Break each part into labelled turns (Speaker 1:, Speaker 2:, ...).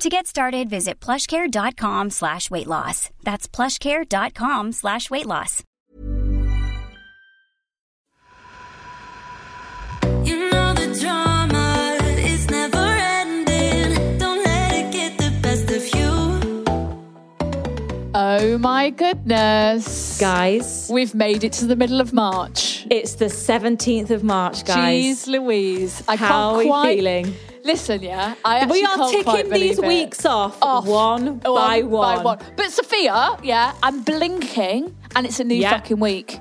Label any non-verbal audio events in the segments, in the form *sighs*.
Speaker 1: To get started, visit plushcare.com slash weight loss. That's plushcare.com slash weight loss.
Speaker 2: You know the drama is never ending. Don't let it get the best of you.
Speaker 3: Oh my goodness.
Speaker 4: Guys,
Speaker 3: We've made it to the middle of March.
Speaker 4: it's the 17th of March,
Speaker 3: Jeez
Speaker 4: guys.
Speaker 3: Louise. I
Speaker 4: How
Speaker 3: can't
Speaker 4: are we
Speaker 3: quite,
Speaker 4: feeling?
Speaker 3: Listen, yeah. I actually
Speaker 4: We are
Speaker 3: can't
Speaker 4: ticking
Speaker 3: quite
Speaker 4: these
Speaker 3: believe it.
Speaker 4: weeks off one by one.
Speaker 3: But Sophia, yeah, I'm blinking and it's a new
Speaker 4: Yeah.
Speaker 3: fucking week.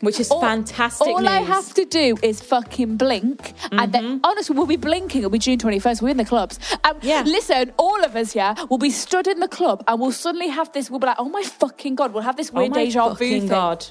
Speaker 4: Which is
Speaker 3: All-
Speaker 4: fantastic
Speaker 3: All I
Speaker 4: news. Mm-hmm.
Speaker 3: have to do is fucking blink, and then honestly, we'll be blinking. It'll be June twenty first. We're in the clubs. Um,
Speaker 4: Yeah.
Speaker 3: Listen, all of us, yeah, will be stood in the club, and we'll suddenly have this. We'll be like, oh my fucking god, we'll have this
Speaker 4: Oh
Speaker 3: weird
Speaker 4: my
Speaker 3: deja vu
Speaker 4: fucking
Speaker 3: thing.
Speaker 4: God.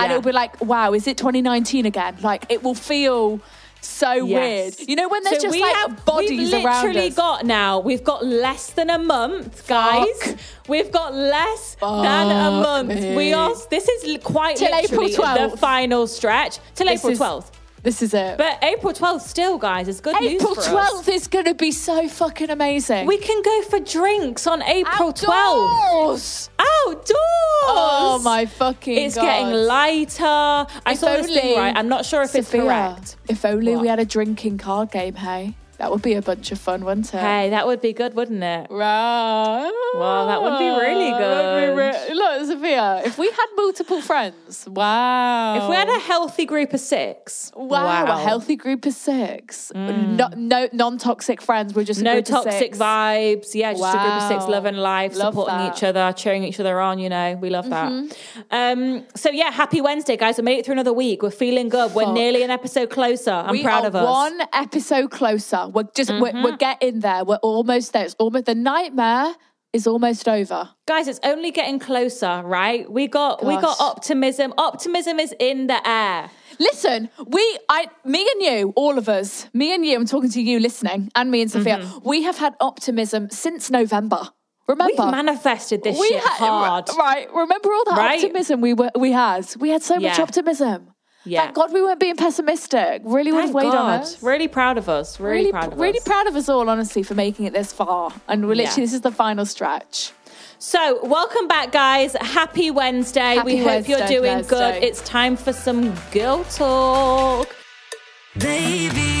Speaker 3: and
Speaker 4: Yeah.
Speaker 3: it'll be like, wow, is it twenty nineteen again? Like it will feel so
Speaker 4: Yes.
Speaker 3: weird. You know when there's
Speaker 4: So
Speaker 3: just
Speaker 4: we
Speaker 3: like
Speaker 4: have,
Speaker 3: bodies
Speaker 4: we've
Speaker 3: around
Speaker 4: literally
Speaker 3: us.
Speaker 4: got now. We've got less than a month, guys.
Speaker 3: Fuck.
Speaker 4: We've got less than a
Speaker 3: Fuck
Speaker 4: month.
Speaker 3: me.
Speaker 4: We are. This is l- quite
Speaker 3: Till April
Speaker 4: literally
Speaker 3: 12th.
Speaker 4: the final stretch till
Speaker 3: This
Speaker 4: April
Speaker 3: is-
Speaker 4: twelfth.
Speaker 3: This is it.
Speaker 4: But April twelfth, still, guys, is good news.
Speaker 3: April
Speaker 4: for us.
Speaker 3: twelfth is going to be so fucking amazing.
Speaker 4: We can go for drinks on April twelfth.
Speaker 3: Outdoors!
Speaker 4: Outdoors.
Speaker 3: Oh my fucking
Speaker 4: It's
Speaker 3: God.
Speaker 4: getting lighter. I
Speaker 3: If
Speaker 4: saw this
Speaker 3: only-
Speaker 4: thing right. I'm not sure if it's
Speaker 3: Sophia,
Speaker 4: correct.
Speaker 3: If only we
Speaker 4: What?
Speaker 3: had a drinking card game, hey? That would be a bunch of fun, wouldn't it?
Speaker 4: Hey, that would be good, wouldn't it?
Speaker 3: Wow.
Speaker 4: Wow, that would be really
Speaker 3: That would
Speaker 4: good.
Speaker 3: be re- Look, Sophia, if we had multiple friends, wow.
Speaker 4: If we had a healthy group of six,
Speaker 3: Wow, a healthy group of six. No, no non-toxic friends. We're just a
Speaker 4: Mm. no
Speaker 3: group of
Speaker 4: toxic
Speaker 3: six.
Speaker 4: vibes. Yeah, just a group of six
Speaker 3: Wow.
Speaker 4: loving life,
Speaker 3: Love
Speaker 4: supporting
Speaker 3: that. Mm-hmm.
Speaker 4: each other, cheering each other on. You know, we love that. Um, so yeah, happy Wednesday, guys. We made it through another week. We're feeling good. We're
Speaker 3: Fuck.
Speaker 4: nearly an episode closer. I'm
Speaker 3: we
Speaker 4: proud
Speaker 3: are
Speaker 4: of us. Mm-hmm.
Speaker 3: One episode closer. We're just we're, we're getting there. We're almost there. It's almost the nightmare is almost over.
Speaker 4: Guys, it's only getting closer, right? We got we
Speaker 3: Gosh.
Speaker 4: got optimism. Optimism is in the air.
Speaker 3: Listen, we, I, me and you, all of us, me and you, I'm talking to you listening, and me and Sophia,
Speaker 4: Mm-hmm.
Speaker 3: we have had optimism since November.
Speaker 4: We've
Speaker 3: Remember?
Speaker 4: manifested this shit
Speaker 3: had-
Speaker 4: hard.
Speaker 3: Right. Remember all that
Speaker 4: Right?
Speaker 3: optimism we were, we had? We had so much
Speaker 4: Yeah.
Speaker 3: optimism.
Speaker 4: Yeah.
Speaker 3: Thank God we weren't being pessimistic. Really would have
Speaker 4: Thank
Speaker 3: weighed on
Speaker 4: God.
Speaker 3: us.
Speaker 4: Really proud of us. Really,
Speaker 3: really,
Speaker 4: proud of
Speaker 3: really
Speaker 4: us.
Speaker 3: proud of us all, honestly, for making it this far. And we're literally,
Speaker 4: Yeah.
Speaker 3: this is the final stretch.
Speaker 4: So, welcome back, guys. Happy Wednesday.
Speaker 3: Happy
Speaker 4: we hope you're
Speaker 3: Wednesday,
Speaker 4: doing
Speaker 3: Wednesday.
Speaker 4: good. It's time for some girl talk.
Speaker 2: Baby,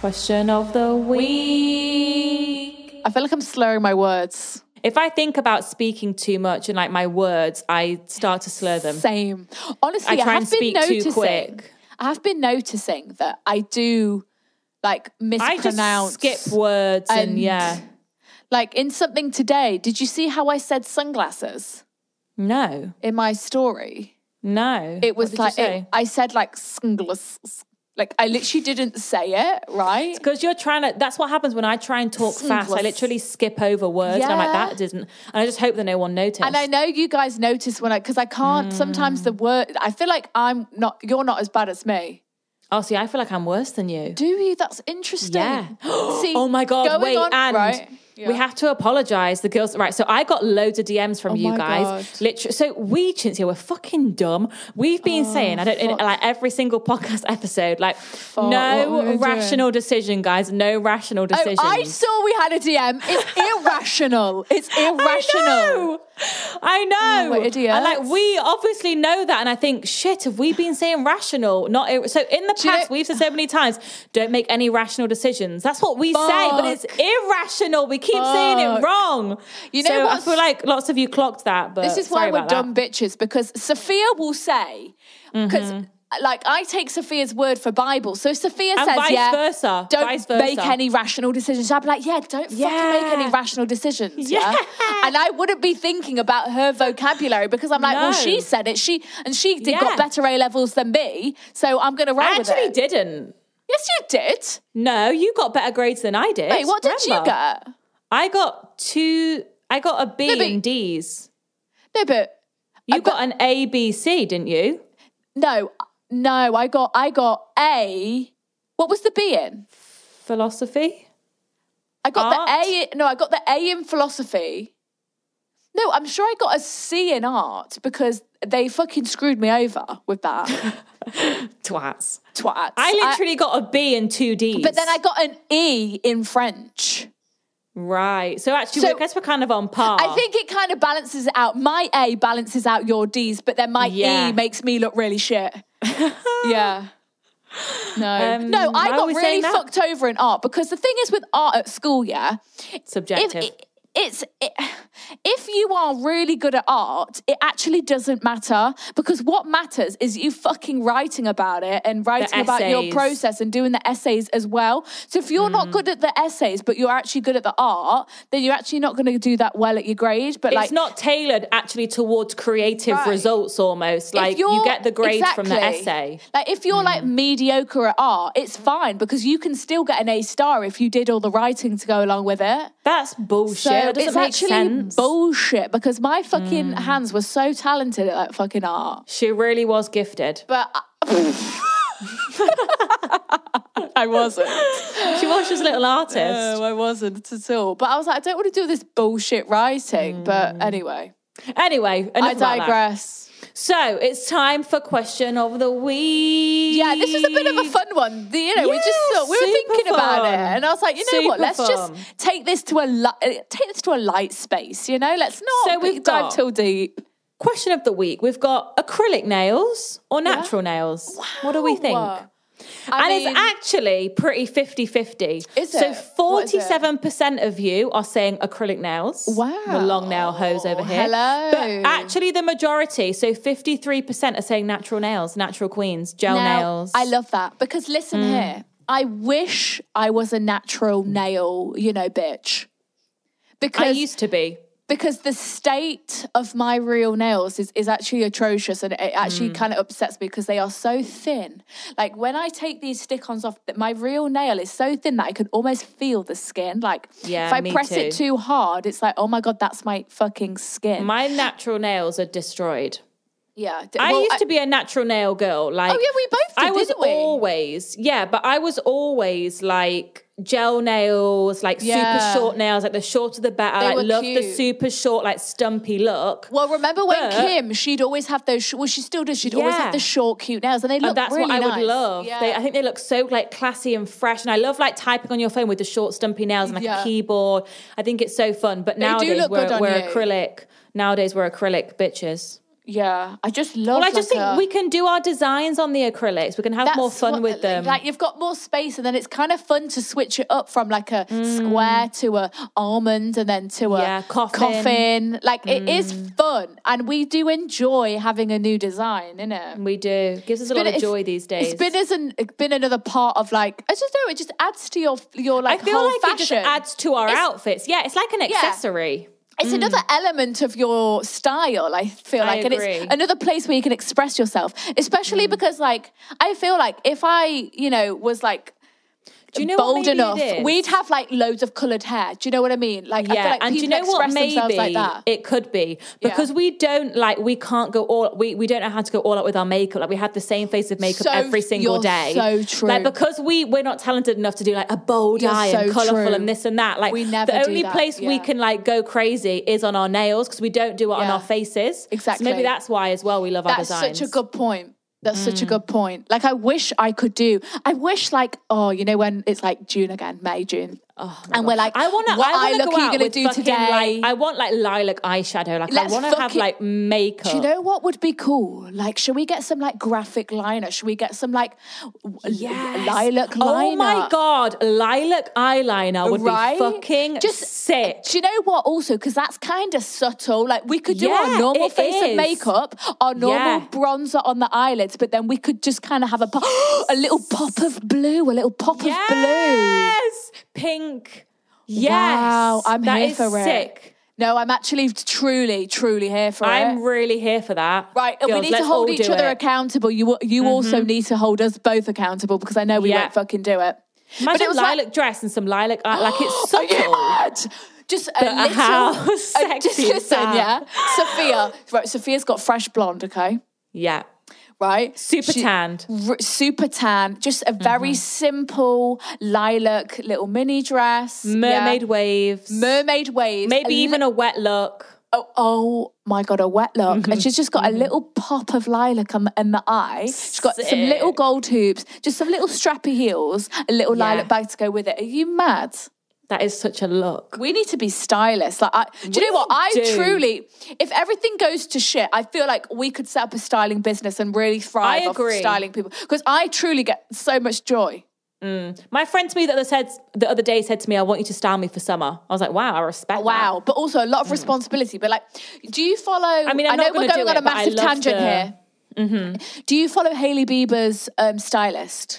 Speaker 4: question of the week.
Speaker 3: I feel like I'm slurring my words.
Speaker 4: If I think about speaking too much and like my words, I start to slur them.
Speaker 3: Same. Honestly,
Speaker 4: I
Speaker 3: I,
Speaker 4: try
Speaker 3: have
Speaker 4: and
Speaker 3: been
Speaker 4: speak too
Speaker 3: noticing.
Speaker 4: quick.
Speaker 3: I have been noticing that I do like
Speaker 4: I
Speaker 3: mispronounce.
Speaker 4: just skip words and,
Speaker 3: and-
Speaker 4: yeah.
Speaker 3: Like in something today, did you see how I said sunglasses
Speaker 4: No,
Speaker 3: in my story?
Speaker 4: no.
Speaker 3: It was
Speaker 4: What
Speaker 3: like
Speaker 4: did you
Speaker 3: it, I said like sunglasses. Like I literally didn't say it right.
Speaker 4: because you're trying to. That's what happens when I try and talk fast. I
Speaker 3: Sunglass.
Speaker 4: literally skip over words, and I'm like,
Speaker 3: Yeah.
Speaker 4: that didn't. And I just hope that no one noticed.
Speaker 3: And I know you guys notice when I because I can't sometimes
Speaker 4: Mm.
Speaker 3: the word I feel like I'm not you're not as bad as me.
Speaker 4: Oh, see, I feel like I'm worse than you.
Speaker 3: Do you? That's interesting.
Speaker 4: Yeah.
Speaker 3: *gasps* See,
Speaker 4: oh my god!
Speaker 3: going
Speaker 4: Wait,
Speaker 3: on-
Speaker 4: and
Speaker 3: right?
Speaker 5: We have to apologize. The girls, right? So I got loads of DMs from
Speaker 3: Oh
Speaker 5: you
Speaker 3: my
Speaker 5: guys.
Speaker 3: God.
Speaker 5: Literally, so we Chintzia were fucking dumb. We've been
Speaker 3: Oh.
Speaker 5: saying, I don't in, like every single podcast episode, like
Speaker 3: what were
Speaker 5: no
Speaker 3: we
Speaker 5: rational decision, guys. No rational
Speaker 3: Oh,
Speaker 5: decision.
Speaker 3: I saw we had a DM. It's irrational.
Speaker 4: *laughs*
Speaker 3: It's irrational.
Speaker 5: I know. I know.
Speaker 3: we're idiots.
Speaker 5: And like we obviously know that, and I think shit. Have we been saying rational? Not ir- so. In the
Speaker 3: Do you
Speaker 5: past,
Speaker 3: know-
Speaker 5: we've said so many times, don't make any rational decisions. That's what we say, but it's
Speaker 3: Fuck.
Speaker 5: irrational. We keep saying it
Speaker 3: Fuck.
Speaker 5: wrong.
Speaker 3: You know
Speaker 5: So I
Speaker 3: what's-
Speaker 5: feel like lots of you clocked that, but
Speaker 3: This is why
Speaker 5: Uh, sorry
Speaker 3: we're
Speaker 5: about that.
Speaker 3: dumb bitches because Sophia will say, because like I take Sophia's word for Bible. So Sophia
Speaker 5: Mm-hmm. And
Speaker 3: says,
Speaker 5: vice
Speaker 3: yeah,
Speaker 5: versa,
Speaker 3: don't
Speaker 5: vice versa.
Speaker 3: make any rational decisions. I'd be like, yeah, don't fucking make
Speaker 5: Yeah.
Speaker 3: any rational decisions. Yeah.
Speaker 5: Yeah.
Speaker 3: And I wouldn't be thinking about her vocabulary because I'm like, well,
Speaker 5: No.
Speaker 3: she said it. She and she did
Speaker 5: Yeah.
Speaker 3: got better A levels than me, so I'm gonna roll
Speaker 5: I
Speaker 3: with
Speaker 5: actually
Speaker 3: it.
Speaker 5: didn't.
Speaker 3: Yes, you did.
Speaker 5: No, you got better grades than I did.
Speaker 3: Wait, what did you
Speaker 5: Remember?
Speaker 3: get?
Speaker 5: I got two. I got a B
Speaker 3: No, but-
Speaker 5: and D's.
Speaker 3: No, but
Speaker 5: You
Speaker 3: I
Speaker 5: got an A, B, C, didn't you?
Speaker 3: no, no. I got I got A. What was the B in?
Speaker 5: Philosophy.
Speaker 3: I got
Speaker 5: Art?
Speaker 3: the A. No, I got the A in philosophy. No, I'm sure I got a C in art because they fucking screwed me over with that
Speaker 5: *laughs* Twats.
Speaker 3: twat.
Speaker 5: I literally got a B and two D's.
Speaker 3: but then I got an E in French.
Speaker 5: right. So actually,
Speaker 3: So-
Speaker 5: I guess we're kind of on par.
Speaker 3: I think it kind of balances it out. My A balances out your D's, but then my
Speaker 5: Yeah.
Speaker 3: E makes me look really
Speaker 5: *laughs*
Speaker 3: shit. yeah. No,
Speaker 5: Um,
Speaker 3: no, I
Speaker 5: why are
Speaker 3: got
Speaker 5: we
Speaker 3: really
Speaker 5: saying that?
Speaker 3: fucked over in art because the thing is with art at school, yeah, if
Speaker 5: subjective.
Speaker 3: it, it's it, if you are really good at art, it actually doesn't matter because what matters is you fucking writing about it and writing about your
Speaker 5: essays. Mm-hmm.
Speaker 3: process and doing the essays as well. So if you're not good at the essays but you're actually good at the art, then you're actually not going to do that well at your grade. But
Speaker 5: it's
Speaker 3: like
Speaker 5: not tailored actually towards creative
Speaker 3: Right.
Speaker 5: results
Speaker 3: if
Speaker 5: almost. Like you
Speaker 3: you're-
Speaker 5: get the grades from the
Speaker 3: exactly.
Speaker 5: essay. Mm.
Speaker 3: Like if you're like mediocre at art, it's fine because you can still get an A star if you did all the writing to go along with it.
Speaker 5: That's bullshit. that doesn't
Speaker 3: it's
Speaker 5: make
Speaker 3: actually
Speaker 5: sense.
Speaker 3: bullshit because my fucking hands were so talented at that fucking art.
Speaker 5: she really was gifted.
Speaker 3: But *laughs* I wasn't.
Speaker 5: *laughs* She was just a little artist.
Speaker 3: No, I wasn't at all. But I was like, I don't want to do this bullshit writing. But anyway,
Speaker 5: Anyway, enough
Speaker 3: I
Speaker 5: about that.
Speaker 3: digress.
Speaker 5: So it's time for question of the week.
Speaker 3: Yeah, this was a bit of a fun one. The- you know, we just
Speaker 5: Yeah,
Speaker 3: thought we were
Speaker 5: super
Speaker 3: thinking about it,
Speaker 5: fun.
Speaker 3: and I was like, you know what?
Speaker 5: Super
Speaker 3: Let's
Speaker 5: fun.
Speaker 3: just take this to a li- uh, take this to a light space. You know, let's not
Speaker 5: So we've
Speaker 3: dive
Speaker 5: got-
Speaker 3: too deep.
Speaker 5: Question of the week. We've got acrylic nails or natural nails. What do we think?
Speaker 3: Wow.
Speaker 5: and
Speaker 3: I mean-
Speaker 5: it's actually pretty 50 50.
Speaker 3: Is
Speaker 5: So
Speaker 3: it? What is it?
Speaker 5: 47% of you are saying acrylic nails. The long nail hose over here.
Speaker 3: Hello.
Speaker 5: But actually, the majority, so 53% are saying natural nails, natural queens, gel
Speaker 3: Now,
Speaker 5: nails. Mm.
Speaker 3: I love that because listen here, I wish I was a natural nail, you know, bitch.
Speaker 5: I
Speaker 3: Because
Speaker 5: used to be.
Speaker 3: because the state of my real nails is, is actually atrocious and it actually
Speaker 5: Mm.
Speaker 3: kind of upsets me because they are so thin. Like when I take these stick-ons off, that my real nail is so thin that I can almost feel the skin. Like
Speaker 5: Yeah,
Speaker 3: if I
Speaker 5: me
Speaker 3: press it
Speaker 5: too.
Speaker 3: too hard, it's like, oh my god, that's my fucking skin.
Speaker 5: My natural nails are destroyed.
Speaker 3: yeah, d-
Speaker 5: I
Speaker 3: well,
Speaker 5: used to be a natural nail girl. Like,
Speaker 3: Oh, yeah, we both did,
Speaker 5: I was
Speaker 3: didn't we?
Speaker 5: always, yeah, but I was always like gel nails, like
Speaker 3: Yeah.
Speaker 5: super short nails, like the shorter the better.
Speaker 3: They
Speaker 5: like,
Speaker 3: were
Speaker 5: love the
Speaker 3: cute.
Speaker 5: super short, like stumpy look.
Speaker 3: Well, remember when
Speaker 5: But-
Speaker 3: Kim? She'd always have those. Sh- well, she still does. She'd always
Speaker 5: Yeah.
Speaker 3: have the short, cute nails, and they
Speaker 5: And
Speaker 3: look
Speaker 5: that's
Speaker 3: really
Speaker 5: what I
Speaker 3: nice.
Speaker 5: would love.
Speaker 3: Yeah.
Speaker 5: They, I think they look so like classy and fresh, and I love like typing on your phone with the short stumpy nails and like
Speaker 3: Yeah.
Speaker 5: a keyboard. I think it's so fun. But
Speaker 3: do
Speaker 5: nowadays
Speaker 3: look
Speaker 5: we're,
Speaker 3: good on
Speaker 5: we're
Speaker 3: you.
Speaker 5: acrylic. Nowadays we're acrylic bitches.
Speaker 3: yeah, I just love.
Speaker 5: Well, I just
Speaker 3: like
Speaker 5: think
Speaker 3: a-
Speaker 5: we can do our designs on the acrylics. We can have more
Speaker 3: that's
Speaker 5: fun
Speaker 3: what-
Speaker 5: with them.
Speaker 3: Like you've got more space, and then it's kind of fun to switch it up from like a square to a almond, and then to a
Speaker 5: Mm. Yeah, coffin. Mm.
Speaker 3: coffin. Like it is fun, and we do enjoy having a new design, innit?
Speaker 5: We do. Gives us a lot of joy these days.
Speaker 3: It's been as an, it's been another part of like I just know it just adds to your your
Speaker 5: I
Speaker 3: like
Speaker 5: feel
Speaker 3: whole
Speaker 5: like it just
Speaker 3: fashion.
Speaker 5: adds to our outfits. Yeah, it's like an accessory.
Speaker 3: It's another element of your style, I feel
Speaker 5: Mm. I
Speaker 3: like. and
Speaker 5: agree. Mm.
Speaker 3: it's another place where you can express yourself, especially because, like, I feel like if I, you know, was like,
Speaker 5: Do you know what
Speaker 3: bold
Speaker 5: maybe it
Speaker 3: enough.
Speaker 5: is?
Speaker 3: We'd have like loads of coloured hair. Do you know what I mean? Like, I feel like
Speaker 5: and do
Speaker 3: people
Speaker 5: you know
Speaker 3: express
Speaker 5: what?
Speaker 3: themselves like
Speaker 5: Maybe
Speaker 3: that.
Speaker 5: it could be
Speaker 3: Yeah.
Speaker 5: because we don't like we can't go all we we don't know how to go all out with our makeup. Like we have the same face of makeup
Speaker 3: So-
Speaker 5: every single
Speaker 3: you're
Speaker 5: day.
Speaker 3: so true.
Speaker 5: Like because we we're not talented enough to do like a bold
Speaker 3: You're
Speaker 5: eye and
Speaker 3: so
Speaker 5: colorful
Speaker 3: true.
Speaker 5: and this and that. Like
Speaker 3: We never
Speaker 5: the
Speaker 3: do
Speaker 5: only
Speaker 3: that,
Speaker 5: place we
Speaker 3: yeah.
Speaker 5: can like go crazy is on our nails because we don't do it on
Speaker 3: Yeah.
Speaker 5: our faces. So maybe
Speaker 3: Exactly.
Speaker 5: that's why as well we love
Speaker 3: That's
Speaker 5: our designs.
Speaker 3: such a good point. That's
Speaker 5: Mm.
Speaker 3: such a good point. Like, I wish I could do. I wish, like, oh, you know, when it's like June again, May, June,
Speaker 5: Oh my
Speaker 3: and
Speaker 5: God.
Speaker 3: we're like,
Speaker 5: I want to.
Speaker 3: what
Speaker 5: I
Speaker 3: eye
Speaker 5: wanna
Speaker 3: look
Speaker 5: go
Speaker 3: are you
Speaker 5: out
Speaker 3: gonna
Speaker 5: with
Speaker 3: do
Speaker 5: fucking,
Speaker 3: today?
Speaker 5: Like, I want like lilac eyeshadow. Like
Speaker 3: Let's
Speaker 5: I want to have
Speaker 3: fucking-
Speaker 5: like makeup.
Speaker 3: Do you know what would be cool? Like, should we get some like graphic liner? Should we get some like w-
Speaker 5: Yes.
Speaker 3: lilac liner?
Speaker 5: Oh my god, lilac eyeliner would
Speaker 3: Right?
Speaker 5: be fucking
Speaker 3: Just-
Speaker 5: sick.
Speaker 3: Do you know what? Also, because that's kind of subtle. Like we could do
Speaker 5: Yeah,
Speaker 3: our normal
Speaker 5: it
Speaker 3: face
Speaker 5: is.
Speaker 3: and makeup, our normal
Speaker 5: Yeah.
Speaker 3: bronzer on the eyelids, but then we could just kind of have a pop, *gasps* a little pop of blue, a little pop of blue.
Speaker 5: yes, pink. Yes,
Speaker 3: Wow, I'm
Speaker 5: That
Speaker 3: here
Speaker 5: is
Speaker 3: for it.
Speaker 5: sick.
Speaker 3: No, I'm actually truly, truly here for it.
Speaker 5: I'm really here for that.
Speaker 3: Right, and
Speaker 5: Girls,
Speaker 3: we need to
Speaker 5: let's
Speaker 3: hold
Speaker 5: all
Speaker 3: each
Speaker 5: do
Speaker 3: other
Speaker 5: it. Mm-hmm.
Speaker 3: accountable. You you also need to hold us both accountable because I know we
Speaker 5: Yeah.
Speaker 3: won't fucking do it.
Speaker 5: Imagine
Speaker 3: it was like-
Speaker 5: lilac dress and some lilac eye. Like
Speaker 3: *gasps*
Speaker 5: it's
Speaker 3: Are you
Speaker 5: subtle.
Speaker 3: mad? Just a
Speaker 5: But
Speaker 3: little.
Speaker 5: how
Speaker 3: *laughs* a- just
Speaker 5: sexy is
Speaker 3: listen,
Speaker 5: that?
Speaker 3: yeah. Sophia, right? Sophia's got fresh blonde. Okay,
Speaker 5: Yeah,
Speaker 3: right.
Speaker 5: super Mm-hmm.
Speaker 3: She-
Speaker 5: tanned.
Speaker 3: r- super tan, just a very simple lilac little mini dress. yeah.
Speaker 5: Mermaid waves.
Speaker 3: Mermaid waves.
Speaker 5: Maybe
Speaker 3: a
Speaker 5: even
Speaker 3: li-
Speaker 5: a wet look.
Speaker 3: oh, oh my god, a wet look, and she's just got a little pop of lilac on the, in the eye. She's got some little
Speaker 5: Sick.
Speaker 3: gold hoops, just some little strappy heels, a little
Speaker 5: Yeah.
Speaker 3: lilac bag to go with it. Are you mad?
Speaker 5: That is such a look.
Speaker 3: We need to be stylists. Like, I, do you know what? I
Speaker 5: do.
Speaker 3: truly, if everything goes to shit, I feel like we could set up a styling business and really
Speaker 5: I
Speaker 3: thrive off
Speaker 5: agree.
Speaker 3: styling people because I truly get so much joy.
Speaker 5: My friend to me the other said the other day said to me, "I want you to style me for summer." I was like, "Wow, I respect."
Speaker 3: Wow,
Speaker 5: that."
Speaker 3: but also a lot of responsibility. But like, do you follow? I
Speaker 5: mean, I'm
Speaker 3: I know
Speaker 5: not
Speaker 3: we're
Speaker 5: gonna
Speaker 3: going
Speaker 5: do
Speaker 3: on
Speaker 5: it,
Speaker 3: a
Speaker 5: but I
Speaker 3: massive
Speaker 5: love
Speaker 3: tangent
Speaker 5: the- Mm-hmm.
Speaker 3: here. Do you follow Hailey Bieber's um, stylist?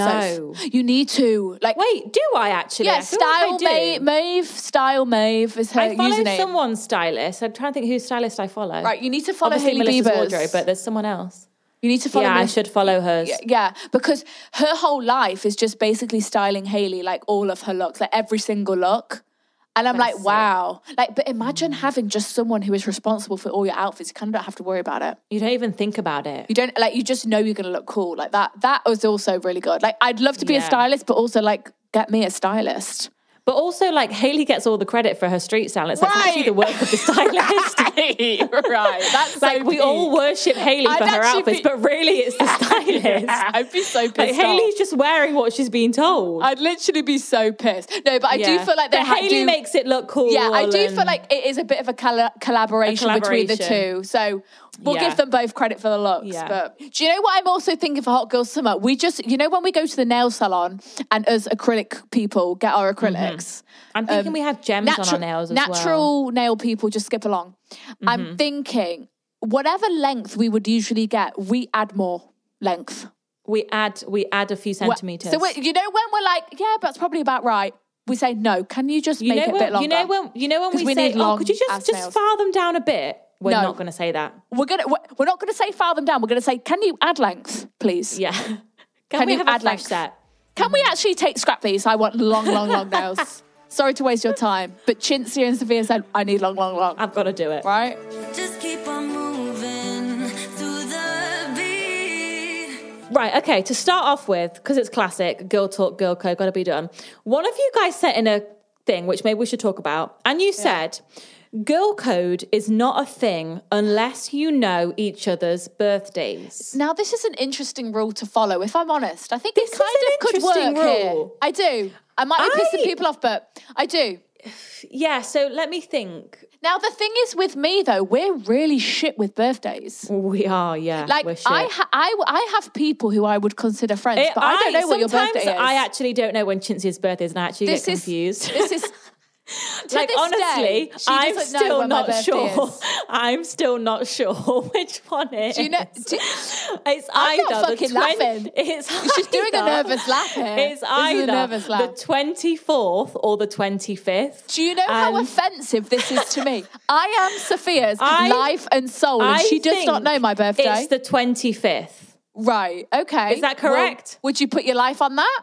Speaker 5: No,
Speaker 3: Soph? you need to like.
Speaker 5: wait, do I actually?
Speaker 3: yeah,
Speaker 5: I feel like I
Speaker 3: style
Speaker 5: do.
Speaker 3: Maeve, Maeve. Style Maeve is her
Speaker 5: I follow
Speaker 3: username.
Speaker 5: someone's stylist. I'm trying to think whose stylist I follow.
Speaker 3: Right, you need to follow
Speaker 5: Obviously,
Speaker 3: Hailey
Speaker 5: Melissa's
Speaker 3: Bieber's.
Speaker 5: wardrobe, but there's someone else.
Speaker 3: you need to follow.
Speaker 5: yeah, I
Speaker 3: Melissa-
Speaker 5: should follow hers.
Speaker 3: Yeah, yeah, because her whole life is just basically styling Haley, like all of her looks, like every single look. And I'm like, wow. Like, but imagine
Speaker 5: Mm.
Speaker 3: having just someone who is responsible for all your outfits. You kind of don't have to worry about it.
Speaker 5: You don't even think about it.
Speaker 3: You don't like you just know you're gonna look cool. Like that that was also really good. Like I'd love to be
Speaker 5: Yeah.
Speaker 3: a stylist, but also like get me a
Speaker 5: *laughs*
Speaker 3: stylist. *laughs*
Speaker 5: But also, like Haley gets all the credit for her street style. It's like it's actually
Speaker 3: Right.
Speaker 5: the work of the
Speaker 3: *laughs*
Speaker 5: stylist.
Speaker 3: right. That's
Speaker 5: like
Speaker 3: so *laughs*
Speaker 5: we all
Speaker 3: peak.
Speaker 5: worship Haley
Speaker 3: I'd
Speaker 5: for her
Speaker 3: actually
Speaker 5: outfits,
Speaker 3: be-
Speaker 5: but really it's the stylist.
Speaker 3: *laughs* Yeah, I'd be so
Speaker 5: Like
Speaker 3: pissed. off.
Speaker 5: Haley's just wearing what she's been told.
Speaker 3: I'd literally be so pissed. No, but I do
Speaker 5: Yeah.
Speaker 3: feel like they
Speaker 5: But
Speaker 3: ha-
Speaker 5: Hailey
Speaker 3: do-
Speaker 5: makes it look cool.
Speaker 3: Yeah, I do
Speaker 5: and-
Speaker 3: feel like it is a bit of a, colla- collaboration,
Speaker 5: A
Speaker 3: between the
Speaker 5: collaboration.
Speaker 3: two. So we'll
Speaker 5: Yeah.
Speaker 3: give them both credit for the looks.
Speaker 5: Yeah.
Speaker 3: But do you know what I'm also thinking for Hot Girl Summer? We just, you know, when we go to the nail salon and us acrylic people get our acrylics.
Speaker 5: I'm thinking we have gems on our
Speaker 3: natu-
Speaker 5: Mm-hmm. nails as
Speaker 3: um,
Speaker 5: well. Mm-hmm.
Speaker 3: natural nail people just skip along. I'm thinking whatever length we would usually get, we add more length.
Speaker 5: We add we add a few
Speaker 3: Wha-
Speaker 5: centimeters.
Speaker 3: So we, you know when we're like, yeah, but it's probably about right. We say no. Can you just
Speaker 5: you
Speaker 3: make
Speaker 5: know
Speaker 3: it a
Speaker 5: when
Speaker 3: bit longer?
Speaker 5: you know when you know when
Speaker 3: 'Cause
Speaker 5: we,
Speaker 3: we
Speaker 5: say,
Speaker 3: need
Speaker 5: "Oh, could you
Speaker 3: long-ass
Speaker 5: just just
Speaker 3: nails.
Speaker 5: file them down a bit?" We're
Speaker 3: No.
Speaker 5: not going to say that. *laughs*
Speaker 3: We're gonna we're- we're not gonna say file them down. We're gonna say, can you add length, please?
Speaker 5: Yeah. Can,
Speaker 3: Can
Speaker 5: we
Speaker 3: you
Speaker 5: have a
Speaker 3: add,
Speaker 5: flash
Speaker 3: like,
Speaker 5: set?
Speaker 3: Can we actually take scrap these? I want long, long, long nails. *laughs* Sorry to waste your time, but Chintzia and Sophia said I need long, long, long.
Speaker 5: I've got to do it.
Speaker 3: Right?
Speaker 2: Just keep on moving through the beat.
Speaker 5: Right, okay, to start off with, because it's classic, girl talk, girl code, gotta be done. One of you guys sent in a thing, which maybe we should talk about, and you said, girl code is not a thing unless you know each other's birthdays.
Speaker 3: Now this is an interesting rule to follow. If I'm honest, I think
Speaker 5: This
Speaker 3: it
Speaker 5: is
Speaker 3: kind
Speaker 5: an
Speaker 3: of could
Speaker 5: interesting
Speaker 3: work here.
Speaker 5: rule.
Speaker 3: I do. I might be
Speaker 5: I-
Speaker 3: pissing people off, but I do.
Speaker 5: Yeah, so let me think.
Speaker 3: Now the thing is with me though, we're really shit with birthdays.
Speaker 5: We are, yeah.
Speaker 3: Like
Speaker 5: we're shit.
Speaker 3: I, ha- I, I have people who I would consider friends,
Speaker 5: It-
Speaker 3: but I, don't know what your
Speaker 5: sometimes
Speaker 3: birthday is.
Speaker 5: I actually don't know when Chinzia's birthday is, and I actually
Speaker 3: This
Speaker 5: get
Speaker 3: is- *laughs*
Speaker 5: confused.
Speaker 3: this
Speaker 5: *laughs*
Speaker 3: is to
Speaker 5: like
Speaker 3: this
Speaker 5: honestly,
Speaker 3: day, she
Speaker 5: I'm
Speaker 3: doesn't know
Speaker 5: still
Speaker 3: when my
Speaker 5: not
Speaker 3: birthday
Speaker 5: sure.
Speaker 3: is.
Speaker 5: *laughs* I'm still not sure *laughs* which one it is.
Speaker 3: Do you
Speaker 5: *laughs*
Speaker 3: know- do-
Speaker 5: it's
Speaker 3: I'm
Speaker 5: either
Speaker 3: not
Speaker 5: the
Speaker 3: fucking
Speaker 5: 20
Speaker 3: laughing.
Speaker 5: *laughs* It's
Speaker 3: She's doing a
Speaker 5: either-
Speaker 3: nervous laugh here. This
Speaker 5: *laughs* It's
Speaker 3: is a
Speaker 5: either
Speaker 3: nervous laugh.
Speaker 5: the 24th or the 25th.
Speaker 3: Do you know how
Speaker 5: And
Speaker 3: offensive this is to me? I am Sophia's
Speaker 5: *laughs* I-
Speaker 3: life and soul, and
Speaker 5: I
Speaker 3: she does not
Speaker 5: think
Speaker 3: know my birthday.
Speaker 5: It's the 25th.
Speaker 3: right. Okay.
Speaker 5: Is that
Speaker 3: Well,
Speaker 5: correct?
Speaker 3: would you put your life on that?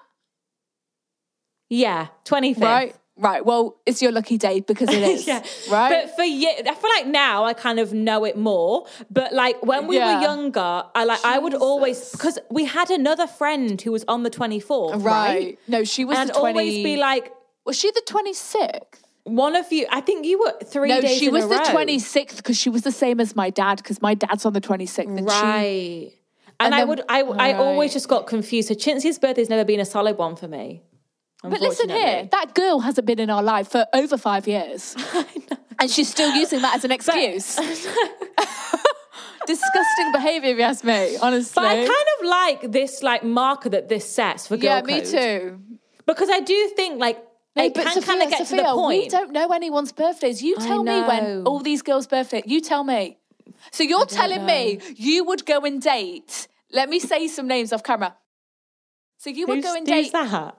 Speaker 5: Yeah, 25th.
Speaker 3: right? Right. Well, it's your lucky day because
Speaker 5: *laughs*
Speaker 3: it is.
Speaker 5: yeah.
Speaker 3: Right?
Speaker 5: But for years, I feel like now I kind of know it more. But like when we
Speaker 3: Yeah.
Speaker 5: were younger, I like I would always because we had another friend who was on the twenty fourth,
Speaker 3: right.
Speaker 5: right?
Speaker 3: No, she was
Speaker 5: and
Speaker 3: the 20...
Speaker 5: always be like,
Speaker 3: was she the 26th?
Speaker 5: one of you. I think you were three
Speaker 3: No,
Speaker 5: days.
Speaker 3: she
Speaker 5: in
Speaker 3: was
Speaker 5: a
Speaker 3: the
Speaker 5: row.
Speaker 3: 26th because she was the same as my dad because my dad's on the 26th. And She,
Speaker 5: right? And,
Speaker 3: And
Speaker 5: I
Speaker 3: then-
Speaker 5: would, I, I always
Speaker 3: Right.
Speaker 5: just got confused. So Chintzy's birthday's never been a solid one for me.
Speaker 3: but listen here,
Speaker 5: unfortunately.
Speaker 3: that girl hasn't been in our life for over five
Speaker 5: *laughs*
Speaker 3: years. And she's still using *laughs* that as an excuse. Disgusting behaviour, if you ask me, honestly.
Speaker 5: But I kind of like this like marker that this sets for girl
Speaker 3: yeah, me
Speaker 5: code.
Speaker 3: too.
Speaker 5: Because I do think like
Speaker 3: No,
Speaker 5: it
Speaker 3: but
Speaker 5: can
Speaker 3: Sophia,
Speaker 5: kind of get
Speaker 3: Sophia,
Speaker 5: to the point.
Speaker 3: we don't know anyone's birthdays. You
Speaker 5: I
Speaker 3: tell me when
Speaker 5: know.
Speaker 3: all these girls' birthdays. You tell me. So you're telling me you would go and date. Let me say some names off camera. So you would
Speaker 5: Who's-
Speaker 3: go and date.
Speaker 5: who's that?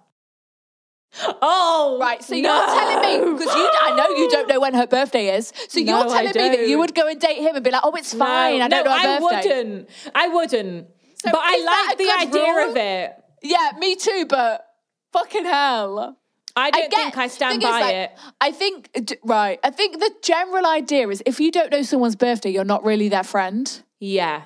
Speaker 5: Oh,
Speaker 3: Right, so
Speaker 5: no.
Speaker 3: you're telling me because you, I know you don't know when her birthday is. So
Speaker 5: No,
Speaker 3: you're
Speaker 5: I
Speaker 3: telling me that you
Speaker 5: don't.
Speaker 3: would go and date him and be like, "Oh, it's fine. I don't
Speaker 5: no,
Speaker 3: know her
Speaker 5: I
Speaker 3: birthday."
Speaker 5: wouldn't. I wouldn't.
Speaker 3: So
Speaker 5: but
Speaker 3: is that
Speaker 5: I like
Speaker 3: a
Speaker 5: the
Speaker 3: good
Speaker 5: idea
Speaker 3: rule?
Speaker 5: of it.
Speaker 3: Yeah, me too. But fucking hell.
Speaker 5: I don't
Speaker 3: get-
Speaker 5: think I stand
Speaker 3: thing is,
Speaker 5: by
Speaker 3: like,
Speaker 5: it.
Speaker 3: I think d- right. I think the general idea is if you don't know someone's birthday, you're not really their friend.
Speaker 5: Yeah,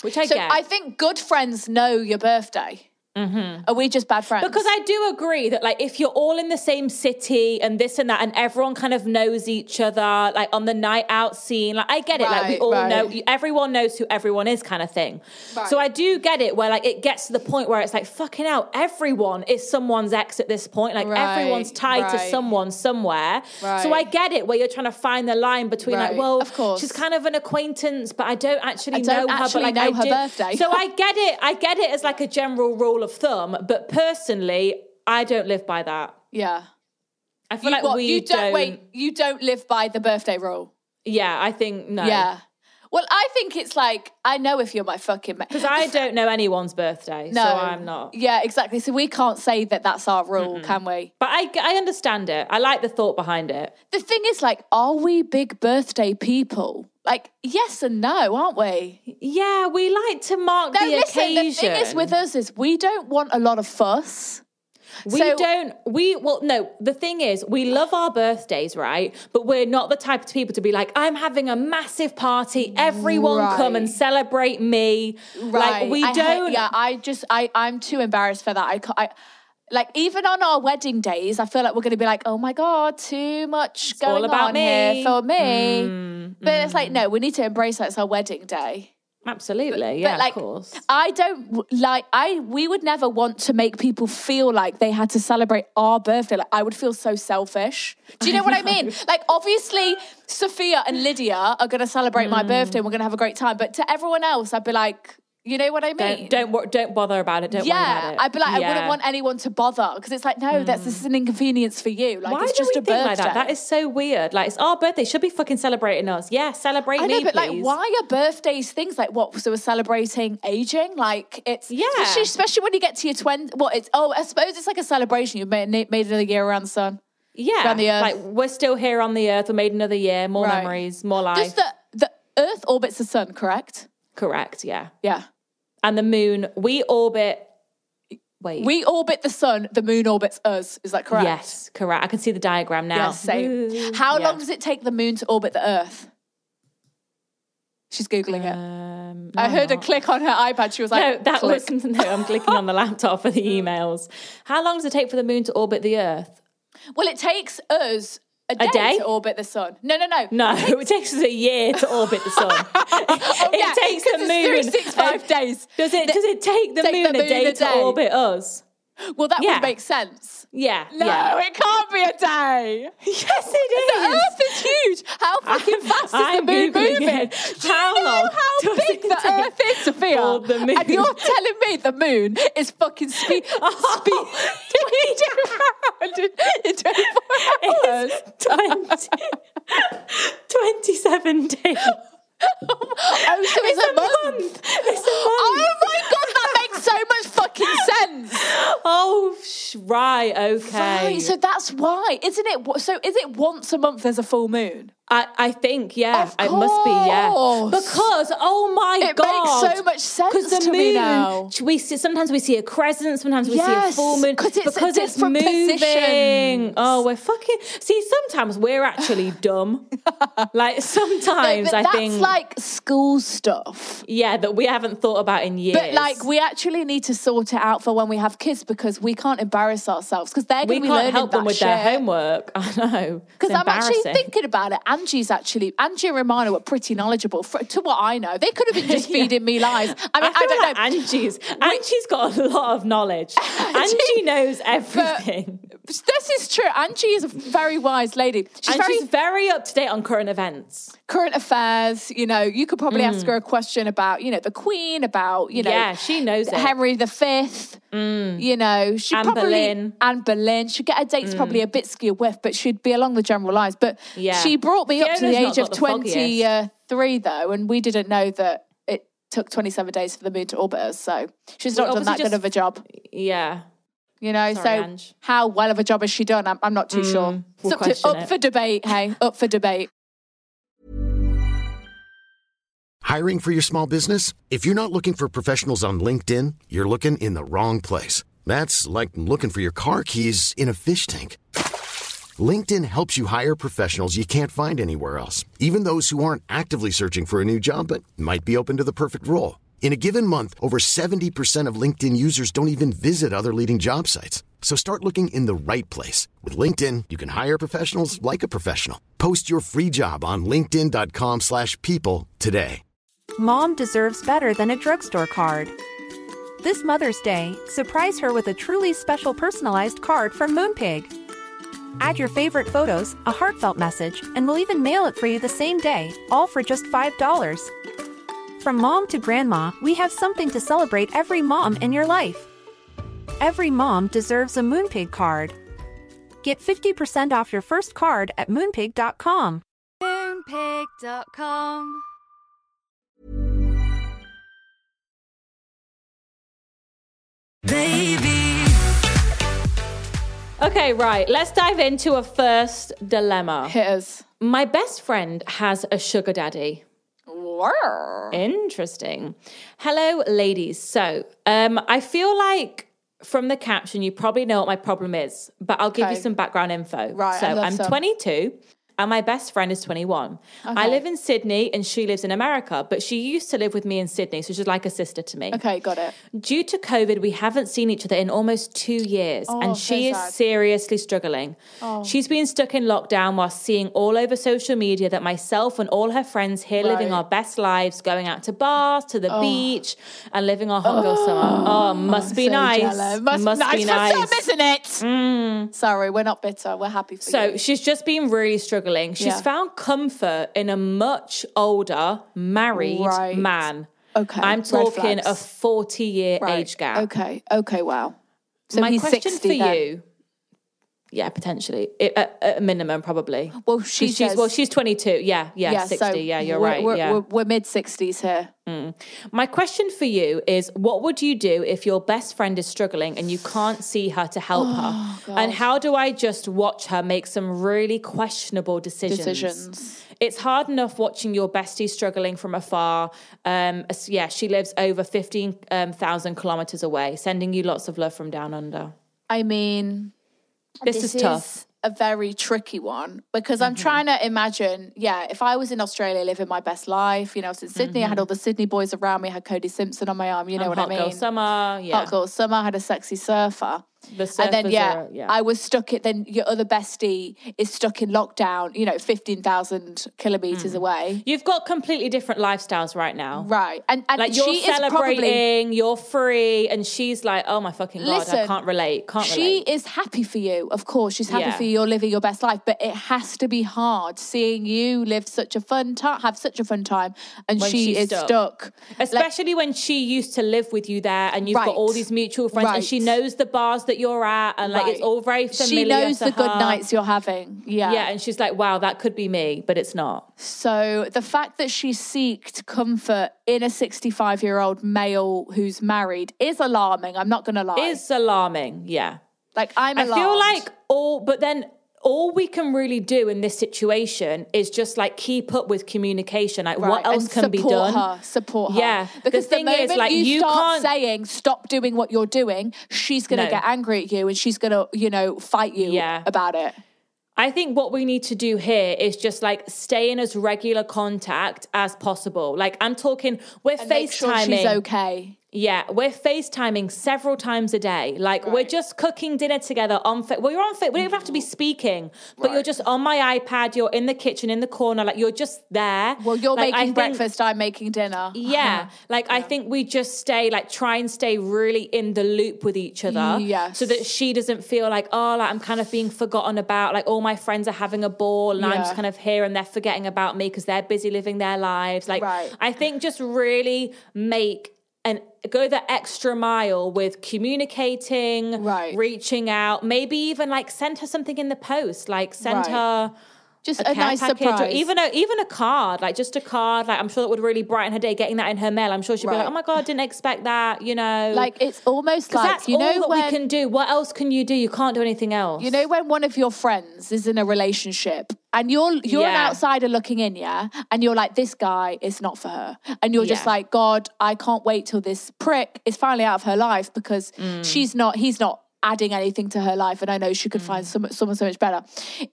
Speaker 5: which I
Speaker 3: so
Speaker 5: get.
Speaker 3: I think good friends know your birthday. Mm-hmm. Are we just bad friends?
Speaker 5: because I do agree that like if you're all in the same city and this and that and everyone kind of knows each other like on the night out scene like I get it like we
Speaker 3: Right,
Speaker 5: all
Speaker 3: right.
Speaker 5: know everyone knows who everyone is kind of thing. So I do get it where like it gets to the point where it's like fucking out everyone is someone's ex at this point like
Speaker 3: Right,
Speaker 5: everyone's tied to
Speaker 3: right.
Speaker 5: someone somewhere. So I
Speaker 3: Right.
Speaker 5: get it where you're trying to find the line between
Speaker 3: Right,
Speaker 5: like well
Speaker 3: of course.
Speaker 5: she's kind of an acquaintance but I don't actually
Speaker 3: I don't
Speaker 5: know
Speaker 3: actually
Speaker 5: her but like
Speaker 3: know
Speaker 5: I
Speaker 3: her
Speaker 5: do-
Speaker 3: birthday.
Speaker 5: So I get it. I get it as like a general rule of thumb, but personally, I don't live by that.
Speaker 3: yeah.
Speaker 5: I feel like
Speaker 3: what,
Speaker 5: we
Speaker 3: you don't, wait. You don't live by the birthday rule.
Speaker 5: Yeah, I think no.
Speaker 3: Yeah. Well, I think it's like I know if you're my fucking mate. *laughs*
Speaker 5: Because I don't know anyone's birthday,
Speaker 3: no,
Speaker 5: so I'm not.
Speaker 3: Yeah, exactly. So we can't say that that's our rule, can we?
Speaker 5: But I, I understand it. I like the thought behind it.
Speaker 3: The thing is, like, are we big birthday people? Like, yes and no, aren't we?
Speaker 5: Yeah, we like to mark
Speaker 3: No,
Speaker 5: the
Speaker 3: listen, the
Speaker 5: occasion.
Speaker 3: thing is with us is we don't want a lot of fuss.
Speaker 5: We
Speaker 3: So-
Speaker 5: don't. We well, no. The thing is, we love our birthdays, right? But we're not the type of people to be like, "I'm having a massive party. Everyone come and
Speaker 3: Right.
Speaker 5: celebrate me." Like we
Speaker 3: I hate-
Speaker 5: don't.
Speaker 3: yeah, I just, I, I'm too embarrassed for that. I, ca- I, like, even on our wedding days, I feel like we're going to be like, oh my God, too much
Speaker 5: all
Speaker 3: going
Speaker 5: about
Speaker 3: on
Speaker 5: me. Hmm,
Speaker 3: here for me. but it's like, no, we need to embrace that it's our wedding day.
Speaker 5: Absolutely, yeah,
Speaker 3: like,
Speaker 5: of course.
Speaker 3: I don't w- like, I, we would never want to make people feel like they had to celebrate our birthday. Like, I would feel so selfish. Do you know what
Speaker 5: *laughs*
Speaker 3: I mean? Like, obviously, Sophia and Lydia are going to celebrate
Speaker 5: Hmm.
Speaker 3: my birthday and we're going to have a great time. But to everyone else, I'd be like, you know what I mean?
Speaker 5: Don't don't, wor- don't bother about it. Don't worry about
Speaker 3: yeah,
Speaker 5: it.
Speaker 3: I'd be like, I
Speaker 5: Yeah. Hmm.
Speaker 3: wouldn't want anyone to bother because it's like, no, that's this is an inconvenience for you. Like,
Speaker 5: Why
Speaker 3: it's
Speaker 5: do
Speaker 3: just
Speaker 5: we
Speaker 3: a
Speaker 5: think
Speaker 3: birthday.
Speaker 5: like that? That is so weird. Like it's our birthday. Should be fucking celebrating us. Yeah, celebrate
Speaker 3: I know,
Speaker 5: me,
Speaker 3: but like,
Speaker 5: please.
Speaker 3: why are birthdays things like what? So we're celebrating aging, like it's
Speaker 5: Yeah.
Speaker 3: especially, especially when you get to your twenty. What it's oh, I suppose it's like a celebration. You've made, made another year around the sun.
Speaker 5: Yeah,
Speaker 3: around the earth?
Speaker 5: like we're still here on the earth. We made another year. More
Speaker 3: Right.
Speaker 5: memories. More
Speaker 3: Does
Speaker 5: life.
Speaker 3: the the Earth orbits the sun, correct?
Speaker 5: Correct. Yeah.
Speaker 3: Yeah,
Speaker 5: and the moon, we orbit. Wait.
Speaker 3: we orbit the sun. The moon orbits us. Is that correct?
Speaker 5: Yes, correct. I can see the diagram now.
Speaker 3: Yeah, same. How long does it take the moon to orbit the Earth? She's googling it.
Speaker 5: Um,
Speaker 3: I
Speaker 5: no,
Speaker 3: heard a
Speaker 5: not.
Speaker 3: click on her iPad. She was *laughs*
Speaker 5: No,
Speaker 3: like,
Speaker 5: that
Speaker 3: click.
Speaker 5: was no. I'm clicking on the
Speaker 3: *laughs*
Speaker 5: laptop for the emails. How long does it take for the moon to orbit the Earth?
Speaker 3: Well, it takes us a day,
Speaker 5: day?
Speaker 3: to orbit the sun. No, no, no.
Speaker 5: No, *laughs* it takes us a year to orbit
Speaker 3: *laughs*
Speaker 5: the sun.
Speaker 3: Oh,
Speaker 5: it
Speaker 3: yeah,
Speaker 5: takes
Speaker 3: 'cause
Speaker 5: the moon.
Speaker 3: it's 365
Speaker 5: uh,
Speaker 3: days.
Speaker 5: Does it? Does it take the
Speaker 3: Take the
Speaker 5: moon a
Speaker 3: moon
Speaker 5: day
Speaker 3: a
Speaker 5: to
Speaker 3: day.
Speaker 5: orbit us?
Speaker 3: Well, that
Speaker 5: Yeah.
Speaker 3: would make sense.
Speaker 5: Yeah.
Speaker 3: No,
Speaker 5: yeah.
Speaker 3: it can't be a day.
Speaker 5: yes, it
Speaker 3: The
Speaker 5: is.
Speaker 3: Earth is huge. *laughs* How fucking fast is
Speaker 5: *laughs* I'm
Speaker 3: the moon
Speaker 5: Googling
Speaker 3: moving?
Speaker 5: it.
Speaker 3: Do you
Speaker 5: How
Speaker 3: know
Speaker 5: long
Speaker 3: *laughs* how
Speaker 5: does
Speaker 3: big
Speaker 5: it
Speaker 3: the
Speaker 5: take
Speaker 3: Earth is, Sophia?
Speaker 5: for the moon?
Speaker 3: And you're telling me the moon is fucking speed *laughs* speed around in 24 hours.
Speaker 5: It's 20, 27 days.
Speaker 3: Oh, so it's,
Speaker 5: It's
Speaker 3: a, month.
Speaker 5: It's a
Speaker 3: Oh
Speaker 5: month.
Speaker 3: my god, *laughs* that makes so much fucking sense.
Speaker 5: Oh, sh- right. Okay.
Speaker 3: Right, so that's why, isn't it? So is it once a month there's a full moon?
Speaker 5: I, I think, yeah,
Speaker 3: Of
Speaker 5: it must be, yeah,
Speaker 3: course.
Speaker 5: because oh my
Speaker 3: It makes
Speaker 5: god,
Speaker 3: so much sense
Speaker 5: 'Cause the
Speaker 3: to
Speaker 5: moon,
Speaker 3: me now.
Speaker 5: We see, sometimes we see a crescent, sometimes we see a
Speaker 3: Yes,
Speaker 5: full moon
Speaker 3: 'cause it's at
Speaker 5: because it's
Speaker 3: different
Speaker 5: moving.
Speaker 3: positions.
Speaker 5: Oh, we're fucking. See, sometimes
Speaker 3: *laughs*
Speaker 5: we're actually dumb. like
Speaker 3: No,
Speaker 5: sometimes
Speaker 3: but
Speaker 5: I
Speaker 3: that's
Speaker 5: think,
Speaker 3: like school stuff.
Speaker 5: yeah, that we haven't thought about in years.
Speaker 3: But like, we actually need to sort it out for when we have kids because we can't embarrass ourselves because they're going
Speaker 5: we
Speaker 3: to be
Speaker 5: can't
Speaker 3: learning
Speaker 5: help
Speaker 3: that
Speaker 5: them with
Speaker 3: shit.
Speaker 5: their homework. *laughs* I know
Speaker 3: Because
Speaker 5: It's
Speaker 3: I'm actually
Speaker 5: embarrassing.
Speaker 3: thinking about it. Angie's actually, Angie and Romano were pretty knowledgeable for, to what I know. They could have been
Speaker 5: *laughs*
Speaker 3: just feeding me lies. I mean, I,
Speaker 5: feel
Speaker 3: don't
Speaker 5: like
Speaker 3: know.
Speaker 5: Angie's Angie's got a lot
Speaker 3: *laughs*
Speaker 5: of knowledge. Angie knows everything.
Speaker 3: this is true. Angie is a very wise lady. She's
Speaker 5: and
Speaker 3: very
Speaker 5: she's very up to date on current events.
Speaker 3: current affairs. You know, you could probably ask her a question about, you know, the Queen, about, you know,
Speaker 5: Mm. Yeah, she knows it. Mm.
Speaker 3: Henry the Fifth. You know, she
Speaker 5: Anne
Speaker 3: probably
Speaker 5: Boleyn. Mm.
Speaker 3: Anne Boleyn. She get her dates probably a bit skewed with, but she'd be along the general lines. But
Speaker 5: Yeah.
Speaker 3: she brought me up to the
Speaker 5: Fiona's
Speaker 3: age
Speaker 5: not
Speaker 3: of
Speaker 5: got the foggiest.
Speaker 3: twenty uh, three though, and we didn't know that it took twenty seven days for the moon to orbit us. So she's not
Speaker 5: Well,
Speaker 3: done that
Speaker 5: obviously
Speaker 3: good of
Speaker 5: just-
Speaker 3: a job.
Speaker 5: Yeah.
Speaker 3: You know,
Speaker 5: Sorry,
Speaker 3: so
Speaker 5: Ange. Mm,
Speaker 3: how well of a job has she done? I'm, I'm not too sure.
Speaker 5: we'll
Speaker 3: it's
Speaker 5: question
Speaker 3: up, to,
Speaker 5: it.
Speaker 3: up for debate. Hey, up for debate.
Speaker 6: Hiring for your small business? If you're not looking for professionals on LinkedIn, you're looking in the wrong place. That's like looking for your car keys in a fish tank. LinkedIn helps you hire professionals you can't find anywhere else, even those who aren't actively searching for a new job but might be open to the perfect role. In a given month, over 70% of LinkedIn users don't even visit other leading job sites. So start looking in the right place. With LinkedIn, you can hire professionals like a professional. Post your free job on linkedin.com/people slash people today.
Speaker 7: Mom deserves better than a drugstore card. This Mother's Day, surprise her with a truly special personalized card from Moonpig. Add your favorite photos, a heartfelt message, and we'll even mail it for you the same day, all for just $5. From mom to grandma, we have something to celebrate every mom in your life. Every mom deserves a Moonpig card. Get 50% off your first card at moonpig.com.
Speaker 2: Moonpig.com. Baby.
Speaker 5: Okay, right. Let's dive into a first dilemma.
Speaker 3: Hit us.
Speaker 5: My best friend has a sugar daddy. Interesting. Hello, ladies. So, um, I feel like from the caption, you probably know what my problem is, but I'll give
Speaker 3: Okay.
Speaker 5: you some background info.
Speaker 3: Right,
Speaker 5: So,
Speaker 3: I'd love
Speaker 5: I'm
Speaker 3: some.
Speaker 5: 22 and my best friend is 21. I
Speaker 3: Okay.
Speaker 5: live in Sydney and she lives in America, but she used to live with me in Sydney. So, she's like a sister to me.
Speaker 3: Okay, got it.
Speaker 5: Due to COVID, we haven't seen each other in almost two years,
Speaker 3: Oh,
Speaker 5: and
Speaker 3: so
Speaker 5: she
Speaker 3: sad. Oh.
Speaker 5: is seriously struggling. She's been stuck in lockdown while seeing all over social media that myself and all her friends here living
Speaker 3: Right. Oh.
Speaker 5: our best lives, going out to bars, to the beach, and living our hot girl summer. Oh, must be
Speaker 3: So
Speaker 5: nice.
Speaker 3: jealous. Must, be nice for some, isn't it? Sorry, we're not bitter. We're happy for you.
Speaker 5: Mm. So she's just been really struggling. She's
Speaker 3: Yeah.
Speaker 5: found comfort in a much older married
Speaker 3: Right.
Speaker 5: man.
Speaker 3: Okay,
Speaker 5: I'm
Speaker 3: red
Speaker 5: talking
Speaker 3: flags.
Speaker 5: a 40 year
Speaker 3: Right.
Speaker 5: age gap.
Speaker 3: Okay. Okay. Wow. So
Speaker 5: my
Speaker 3: he's
Speaker 5: question
Speaker 3: 60
Speaker 5: for
Speaker 3: then.
Speaker 5: you yeah potentially I- at, at a minimum probably
Speaker 3: Well,
Speaker 5: 'Cause
Speaker 3: she
Speaker 5: she's
Speaker 3: says-
Speaker 5: well she's 22 yeah yeah, 60
Speaker 3: so
Speaker 5: yeah you're
Speaker 3: we're-
Speaker 5: right
Speaker 3: We're,
Speaker 5: yeah
Speaker 3: we're, we're mid 60s here.
Speaker 5: my question for you is what would you do if your best friend is struggling and you can't see her to help
Speaker 3: Oh,
Speaker 5: her and how do i just watch her make some really questionable decisions
Speaker 3: Decisions.
Speaker 5: it's hard enough watching your bestie struggling from afar. Um, as- yeah, she lives over 15,000 kilometers away, sending you lots of love from down under.
Speaker 3: I mean,
Speaker 5: This, is tough. Mm-hmm.
Speaker 3: a very tricky one because I'm trying to imagine, yeah, if I was in Australia living my best life, you know, I was in Sydney, I had all the Sydney boys around me, I had Cody Simpson on my arm, you know what
Speaker 5: And Mm-hmm. hot
Speaker 3: I mean?
Speaker 5: Girl summer, yeah.
Speaker 3: Hot girl summer, I had a sexy surfer.
Speaker 5: The
Speaker 3: and then
Speaker 5: surfers
Speaker 3: yeah,
Speaker 5: are-
Speaker 3: I was stuck at then your other bestie is stuck in lockdown, you know, fifteen thousand kilometers
Speaker 5: Mm.
Speaker 3: away.
Speaker 5: You've got completely different lifestyles right now.
Speaker 3: Right. And and
Speaker 5: Like you're
Speaker 3: she is probably
Speaker 5: celebrating, you're free, and she's like, "Oh my fucking god, I
Speaker 3: Listen,
Speaker 5: can't relate, can't
Speaker 3: she
Speaker 5: relate."
Speaker 3: is happy for you, of course. She's happy
Speaker 5: Yeah.
Speaker 3: for you. You're living your best life, but it has to be hard seeing you live such a fun time, have such a fun time, and
Speaker 5: When
Speaker 3: she
Speaker 5: she's
Speaker 3: is
Speaker 5: stuck.
Speaker 3: stuck. Like,
Speaker 5: Especially when she used to live with you there, and you've
Speaker 3: Right.
Speaker 5: got all these mutual friends, and she
Speaker 3: Right.
Speaker 5: knows the bars that you're at, and like it's
Speaker 3: right.
Speaker 5: all very
Speaker 3: She
Speaker 5: familiar.
Speaker 3: knows
Speaker 5: to
Speaker 3: the good
Speaker 5: her.
Speaker 3: nights you're having. Yeah.
Speaker 5: Yeah, and she's like, "Wow, that could be me, but it's not."
Speaker 3: So the fact that she seeked comfort in a 65 year old male who's married is alarming. I'm not going to lie.
Speaker 5: It's alarming. Yeah,
Speaker 3: like I'm
Speaker 5: I
Speaker 3: alarmed.
Speaker 5: feel like all, but then all we can really do in this situation is just like keep up with communication. Like what
Speaker 3: Right,
Speaker 5: else
Speaker 3: and
Speaker 5: can be
Speaker 3: support
Speaker 5: done?
Speaker 3: Her, support her.
Speaker 5: Yeah.
Speaker 3: because
Speaker 5: the thing
Speaker 3: moment
Speaker 5: is, like
Speaker 3: you,
Speaker 5: you,
Speaker 3: start
Speaker 5: can't.
Speaker 3: saying stop doing what you're doing, she's gonna
Speaker 5: No.
Speaker 3: get angry at you and she's gonna you know fight you
Speaker 5: Yeah.
Speaker 3: about it.
Speaker 5: I think what we need to do here is just like stay in as regular contact as possible. Like I'm talking, we're
Speaker 3: And
Speaker 5: FaceTiming.
Speaker 3: make sure she's okay.
Speaker 5: Yeah, we're FaceTiming several times a day. Like we're just cooking dinner together on fa- well, you're on fa- we don't even have to be speaking, but you're just on my iPad, you're in the kitchen in the corner, like you're just there.
Speaker 3: Well, you're
Speaker 5: Like, I
Speaker 3: making
Speaker 5: think- E
Speaker 3: breakfast. I'm making dinner. *laughs*
Speaker 5: yeah. Like I think we just stay like try and stay really in the loop with each other.
Speaker 3: Yes.
Speaker 5: So that she doesn't feel like, oh, like I'm kind of being forgotten about. Like all my friends are having a ball and I'm
Speaker 3: Yeah.
Speaker 5: just kind of here and they're forgetting about me because they're busy living their lives. Like
Speaker 3: Right.
Speaker 5: I think just really make and go the extra mile with communicating,
Speaker 3: Right.
Speaker 5: reaching out, maybe even like send her something in the post, like send
Speaker 3: Right.
Speaker 5: her
Speaker 3: Just
Speaker 5: a,
Speaker 3: a,
Speaker 5: care
Speaker 3: nice
Speaker 5: package
Speaker 3: surprise.
Speaker 5: or even a even a card, like just a card. Like I'm sure that would really brighten her day getting that in her mail. I'm sure she'd be like,
Speaker 3: Right.
Speaker 5: "Oh my god, didn't expect that," you know.
Speaker 3: like it's almost
Speaker 5: 'Cause
Speaker 3: like
Speaker 5: that's
Speaker 3: you know
Speaker 5: all that
Speaker 3: when
Speaker 5: we can do. What else can you do? You can't do anything else.
Speaker 3: You know when one of your friends is in a relationship and you're you're an
Speaker 5: Yeah.
Speaker 3: outsider looking in, yeah, and you're like, this guy is not for her, and you're just
Speaker 5: Yeah.
Speaker 3: like, God, I can't wait till this prick is finally out of her life because
Speaker 5: Mm.
Speaker 3: she's not, he's not adding anything to her life, and I know she could find some, someone so much better.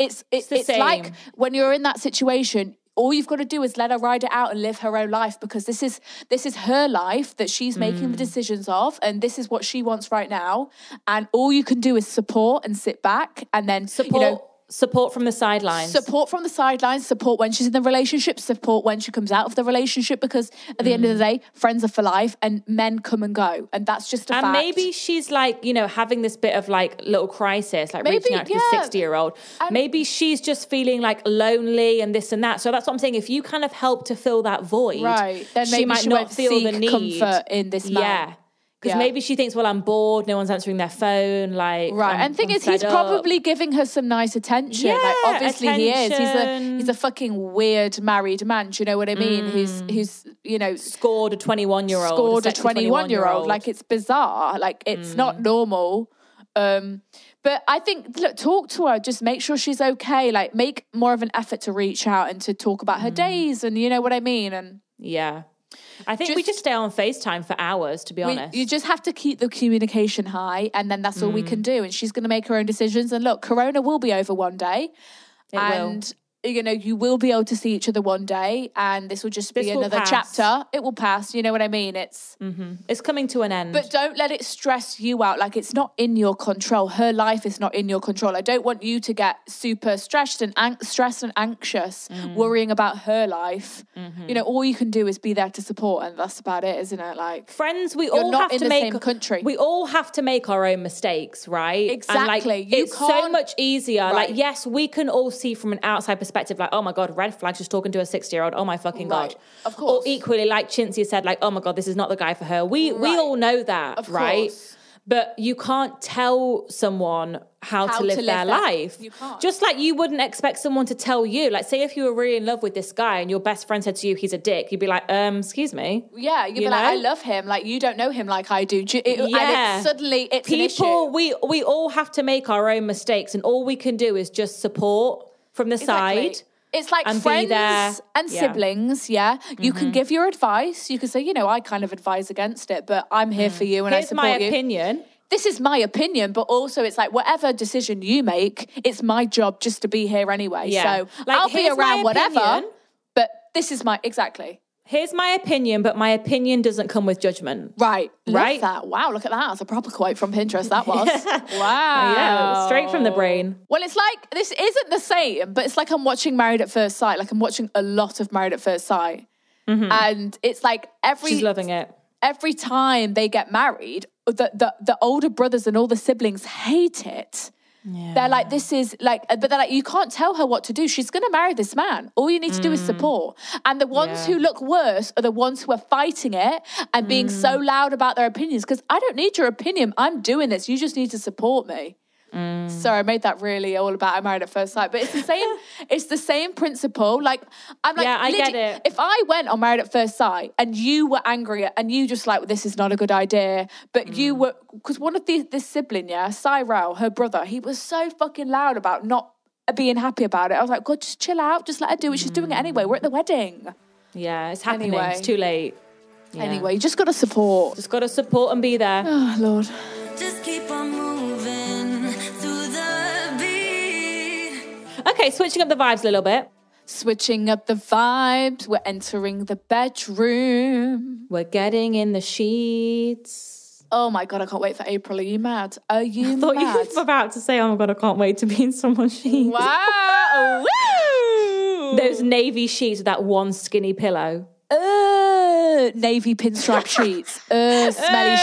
Speaker 3: It's it's,
Speaker 5: Mm. the
Speaker 3: it's like
Speaker 5: same.
Speaker 3: when you're in that situation. All you've got to do is let her ride it out and live her own life because this is this is her life that she's making
Speaker 5: Mm.
Speaker 3: the decisions of, and this is what she wants right now. And all you can do is support and sit back, and then
Speaker 5: support
Speaker 3: you know,
Speaker 5: support from the sidelines.
Speaker 3: Support from the sidelines, support when she's in the relationship, support when she comes out of the relationship because at the end of
Speaker 5: Mm.
Speaker 3: the day, friends are for life and men come and go. And that's just a
Speaker 5: and
Speaker 3: fact.
Speaker 5: maybe she's like, you know, having this bit of like little crisis, like
Speaker 3: Maybe,
Speaker 5: reaching out to the
Speaker 3: yeah.
Speaker 5: 60 year old.
Speaker 3: And-
Speaker 5: Maybe she's just feeling like lonely and this and that. So that's what I'm saying. If you kind of help to fill that void,
Speaker 3: Right. Then
Speaker 5: she
Speaker 3: maybe
Speaker 5: might
Speaker 3: she
Speaker 5: not
Speaker 3: won't
Speaker 5: feel the
Speaker 3: seek
Speaker 5: need.
Speaker 3: comfort in this man.
Speaker 5: Yeah. Because
Speaker 3: Yeah.
Speaker 5: maybe she thinks, well, I'm bored. No one's answering their phone. Like,
Speaker 3: Right,
Speaker 5: I'm-
Speaker 3: and thing
Speaker 5: I'm
Speaker 3: is, he's
Speaker 5: fed up.
Speaker 3: probably giving her some nice attention. like
Speaker 5: oh, Yeah,
Speaker 3: obviously he is. He's a
Speaker 5: attention.
Speaker 3: he's a fucking weird married man. Do you know what I mean?
Speaker 5: Mm.
Speaker 3: Who's who's you know
Speaker 5: scored a 21 year old.
Speaker 3: scored a 21 year old. Like it's bizarre. Like it's not
Speaker 5: Mm.
Speaker 3: normal. Um, but I think look, talk to her. Just make sure she's okay. Like make more of an effort to reach out and to talk about her
Speaker 5: Mm.
Speaker 3: days, and you know what I mean. And
Speaker 5: yeah. I think we
Speaker 3: Just-
Speaker 5: just stay on FaceTime for hours, to be
Speaker 3: we-
Speaker 5: honest.
Speaker 3: you just have to keep the communication high, and then that's all we
Speaker 5: Mm.
Speaker 3: can do. And she's going to make her own decisions. And look, Corona will be over one day,
Speaker 5: It will.
Speaker 3: and you know you will be able to see each other one day, and this will just
Speaker 5: This
Speaker 3: be
Speaker 5: will
Speaker 3: another
Speaker 5: pass. Mm.
Speaker 3: chapter. It will pass. You know what I mean? It's
Speaker 5: it's coming to an end.
Speaker 3: But don't let it stress you out. Like it's not in your control. Her life is not in your control. I don't want you to get super stressed and ang- stressed and anxious,
Speaker 5: Mm.
Speaker 3: worrying about her life.
Speaker 5: Mm-hmm.
Speaker 3: You know, all you can do is be there to support, and that's about it, isn't it? Like,
Speaker 5: friends we
Speaker 3: You're
Speaker 5: all
Speaker 3: not
Speaker 5: have
Speaker 3: in
Speaker 5: to
Speaker 3: the
Speaker 5: make
Speaker 3: same country.
Speaker 5: we all have to make our own mistakes right and like,
Speaker 3: Exactly. You
Speaker 5: it's so
Speaker 3: can't-
Speaker 5: much easier like
Speaker 3: Right.
Speaker 5: yes we can all see from an outside perspective like oh my god red flag she's talking to a 60 year old oh my fucking god
Speaker 3: Right. Of
Speaker 5: or
Speaker 3: course.
Speaker 5: equally like chintzia said like oh my god this is not the guy for her we we
Speaker 3: Right.
Speaker 5: all know that
Speaker 3: Of
Speaker 5: right
Speaker 3: course.
Speaker 5: but you can't tell someone how,
Speaker 3: How
Speaker 5: to, live their life.
Speaker 3: You can't.
Speaker 5: Just like you wouldn't expect someone to tell you. Like, say if you were really in love with this guy and your best friend said to you, he's a dick, you'd be like, um, excuse me.
Speaker 3: yeah, you'd be
Speaker 5: You
Speaker 3: like,
Speaker 5: know?
Speaker 3: I love him. Like you don't know him like I do. Do you- it-
Speaker 5: Yeah.
Speaker 3: And it's suddenly it's an issue.
Speaker 5: people we we all have to make our own mistakes and all we can do is just support from the
Speaker 3: Exactly.
Speaker 5: side
Speaker 3: It's like
Speaker 5: and be
Speaker 3: friends
Speaker 5: there.
Speaker 3: and
Speaker 5: Yeah. Mm-hmm.
Speaker 3: siblings, yeah. You can give your advice. You can say, you know, I kind of advise against it, but I'm here for you and I
Speaker 5: Mm. here's
Speaker 3: support
Speaker 5: my
Speaker 3: you.
Speaker 5: opinion
Speaker 3: This is my opinion, but also it's like whatever decision you make, it's my job just to be here anyway.
Speaker 5: Yeah.
Speaker 3: So
Speaker 5: Like,
Speaker 3: I'll be
Speaker 5: here's my
Speaker 3: around whatever.
Speaker 5: opinion.
Speaker 3: But this is my exactly.
Speaker 5: here's my opinion but my opinion doesn't come with judgment
Speaker 3: Right. Love
Speaker 5: Right.
Speaker 3: that. Wow, look at that. That's a proper quote from Pinterest. That
Speaker 5: *laughs*
Speaker 3: was. Wow.
Speaker 5: yeah straight from the brain
Speaker 3: Well, it's like this isn't the same, but it's like I'm watching Married at First Sight. Like I'm watching a lot of Married at First Sight, and it's like every
Speaker 5: Mm-hmm. she's loving it
Speaker 3: every time they get married, the the, the older brothers and all the siblings hate it. They're like, this is like, uh, but they're like, you can't tell her what to do. She's going to marry this man. All you need to do
Speaker 5: Mm.
Speaker 3: is support. And the ones who look worse are the ones who are fighting it and being so
Speaker 5: Mm.
Speaker 3: loud about their opinions. Because I don't need your opinion. I'm doing this. You just need to support me. Sorry, I made that really all about I married at first sight, but it's the
Speaker 5: *laughs*
Speaker 3: same. it's the same principle. Like I'm like,
Speaker 5: Yeah, I get
Speaker 3: literally-
Speaker 5: it.
Speaker 3: If I went on married at first sight and you were angry and you just like this is not a good idea, but
Speaker 5: Mm.
Speaker 3: you were because one of the this sibling, yeah, Cyril, her brother, he was so fucking loud about not being happy about it. I was like, God, just chill out. Just let her do it. She's doing it anyway. We're at the
Speaker 5: Mm.
Speaker 3: wedding.
Speaker 5: Yeah, it's happening.
Speaker 3: Anyway.
Speaker 5: It's too late. Yeah.
Speaker 3: Anyway, you just got to support.
Speaker 5: Just got to support and be there.
Speaker 3: Oh, Lord.
Speaker 2: Just keep on moving to the beat.
Speaker 5: Okay, switching up the vibes a little bit.
Speaker 3: Switching up the vibes. We're entering the bedroom.
Speaker 5: We're getting in the sheets.
Speaker 3: Oh, my God. I can't wait for April. Are you mad? Are
Speaker 5: *laughs*
Speaker 3: you
Speaker 5: Thought
Speaker 3: mad?
Speaker 5: you were about to say, "Oh my god, I can't wait to be in someone's sheets." *laughs*
Speaker 3: Wow. Woo!
Speaker 5: Those navy sheets with that one skinny pillow.
Speaker 3: uh, navy pinstripe sheets, uh,
Speaker 5: *laughs*
Speaker 3: smelly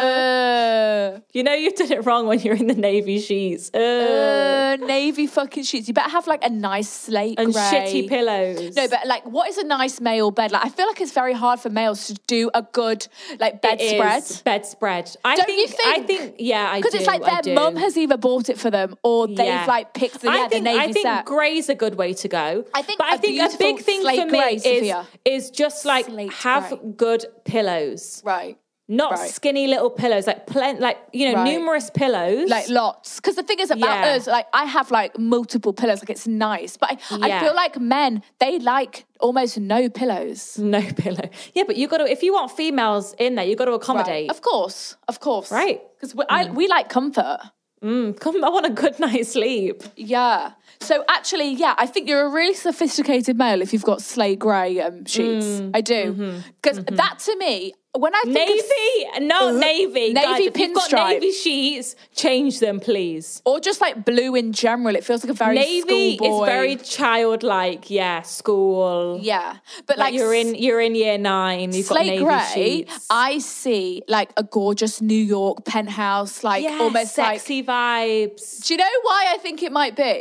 Speaker 3: sheets,
Speaker 5: You know you've done it wrong when you're in the navy sheets. Ugh.
Speaker 3: uh, uh, navy fucking sheets. You better have like a nice slate
Speaker 5: and
Speaker 3: grey.
Speaker 5: shitty pillows.
Speaker 3: No, but like, what is a nice male bed? Like, I feel like it's very hard for males to do a good like
Speaker 5: It is
Speaker 3: bedspread.
Speaker 5: Bedspread. I
Speaker 3: Don't
Speaker 5: think,
Speaker 3: you
Speaker 5: I think. Yeah, I do.
Speaker 3: Because it's like
Speaker 5: I
Speaker 3: their
Speaker 5: do.
Speaker 3: mum has either bought it for them or they've
Speaker 5: Yeah.
Speaker 3: like picked the,
Speaker 5: I
Speaker 3: yeah,
Speaker 5: think,
Speaker 3: the navy
Speaker 5: I think
Speaker 3: set.
Speaker 5: grey's a good way to go.
Speaker 3: I think
Speaker 5: but I
Speaker 3: a
Speaker 5: think a big
Speaker 3: beautiful
Speaker 5: thing
Speaker 3: slate
Speaker 5: for me
Speaker 3: grey,
Speaker 5: is,
Speaker 3: Sophia.
Speaker 5: is just like
Speaker 3: Slate
Speaker 5: have
Speaker 3: grey.
Speaker 5: good pillows,
Speaker 3: right.
Speaker 5: not
Speaker 3: Right.
Speaker 5: skinny little pillows, like plen- like you know
Speaker 3: Right.
Speaker 5: numerous pillows,
Speaker 3: Like lots, because the thing is about
Speaker 5: Yeah.
Speaker 3: us, like I have like multiple pillows, like it's nice, but I,
Speaker 5: Yeah.
Speaker 3: I feel like men they like almost no pillows.
Speaker 5: *laughs* no pillow. Yeah, but you got to if you want females in there, you got to accommodate.
Speaker 3: Of course, of course,
Speaker 5: Right.
Speaker 3: Because we, I we like comfort.
Speaker 5: Mm, come, I want a good *laughs* night's sleep.
Speaker 3: Yeah. So actually, yeah, I think you're a really sophisticated male if you've got slate grey um, sheets.
Speaker 5: Mm.
Speaker 3: I do, because that to me, when I think
Speaker 5: Mm-hmm. Navy,
Speaker 3: of-
Speaker 5: no
Speaker 3: Ugh.
Speaker 5: navy, guys,
Speaker 3: Navy
Speaker 5: if you've got
Speaker 3: pinstripe.
Speaker 5: navy sheets. Change them, please.
Speaker 3: or just like blue in general, it feels like a very
Speaker 5: Navy is
Speaker 3: schoolboy-
Speaker 5: very childlike. Yeah, school.
Speaker 3: yeah, but
Speaker 5: like,
Speaker 3: like,
Speaker 5: you're in you're in year nine. You've got
Speaker 3: slate
Speaker 5: navy
Speaker 3: grey.
Speaker 5: sheets.
Speaker 3: I see like a gorgeous New York penthouse, like
Speaker 5: Yes,
Speaker 3: almost like
Speaker 5: sexy vibes.
Speaker 3: Do you know why I think it might be?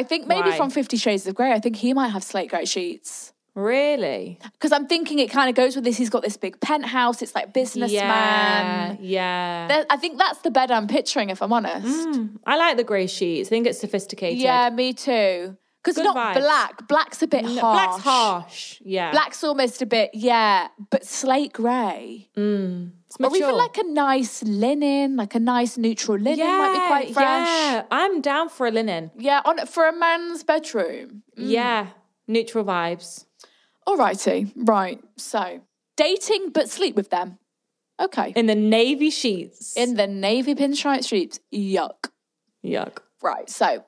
Speaker 3: I think maybe
Speaker 5: Why?
Speaker 3: from Fifty Shades of Grey, I think he might have slate grey sheets.
Speaker 5: Really?
Speaker 3: Because I'm thinking it kind of goes with this. He's got this big penthouse. It's like
Speaker 5: yeah,
Speaker 3: businessman.
Speaker 5: yeah.
Speaker 3: That- I think that's the bed I'm picturing, if I'm honest.
Speaker 5: Mm, Hmm, I like the grey sheets. I think it's sophisticated.
Speaker 3: yeah, me too. Because
Speaker 5: Good
Speaker 3: not
Speaker 5: vibes.
Speaker 3: black. Black's a bit
Speaker 5: No,
Speaker 3: harsh.
Speaker 5: black's harsh. Yeah,
Speaker 3: Black's almost a bit, yeah. But slate grey.
Speaker 5: It's
Speaker 3: Mm. Or
Speaker 5: mature.
Speaker 3: even like a nice linen, like a nice neutral linen might be quite fresh. Yeah,
Speaker 5: Yeah, I'm down for a linen.
Speaker 3: on, for a man's bedroom.
Speaker 5: Yeah, neutral vibes.
Speaker 3: Alrighty, right. So dating, but sleep with them. Okay. In,
Speaker 5: In the navy sheets.
Speaker 3: the navy pinstripe streets. Yuck.
Speaker 5: Yuck.
Speaker 3: Right. So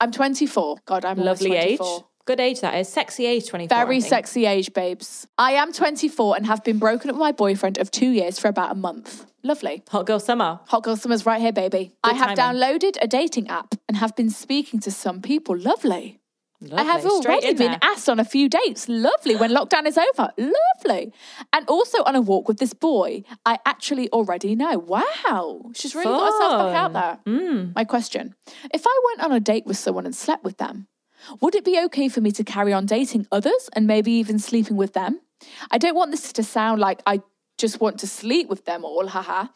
Speaker 3: I'm 24. God, I'm almost
Speaker 5: Lovely age.
Speaker 3: 24.
Speaker 5: Good age that is. Sexy age 24. I
Speaker 3: Very
Speaker 5: think.
Speaker 3: sexy age, babes. I am 24 and have been broken up with my boyfriend of two years for about a month. Lovely.
Speaker 5: Hot girl summer.
Speaker 3: Hot girl summer's right here, baby. I have
Speaker 5: timing.
Speaker 3: downloaded a dating app and have been speaking to some people. Lovely. I have
Speaker 5: Lovely. Straight
Speaker 3: already
Speaker 5: in
Speaker 3: been
Speaker 5: there.
Speaker 3: asked on a few dates. Lovely. When lockdown is over. Lovely. And also on a walk with this boy I actually already know. Wow. She's really got herself back out there.
Speaker 5: Hmm.
Speaker 3: My question If I went on a date with someone and slept with them, would it be okay for me to carry on dating others and maybe even sleeping with them? I don't want this to sound like I just want to sleep with them all, haha.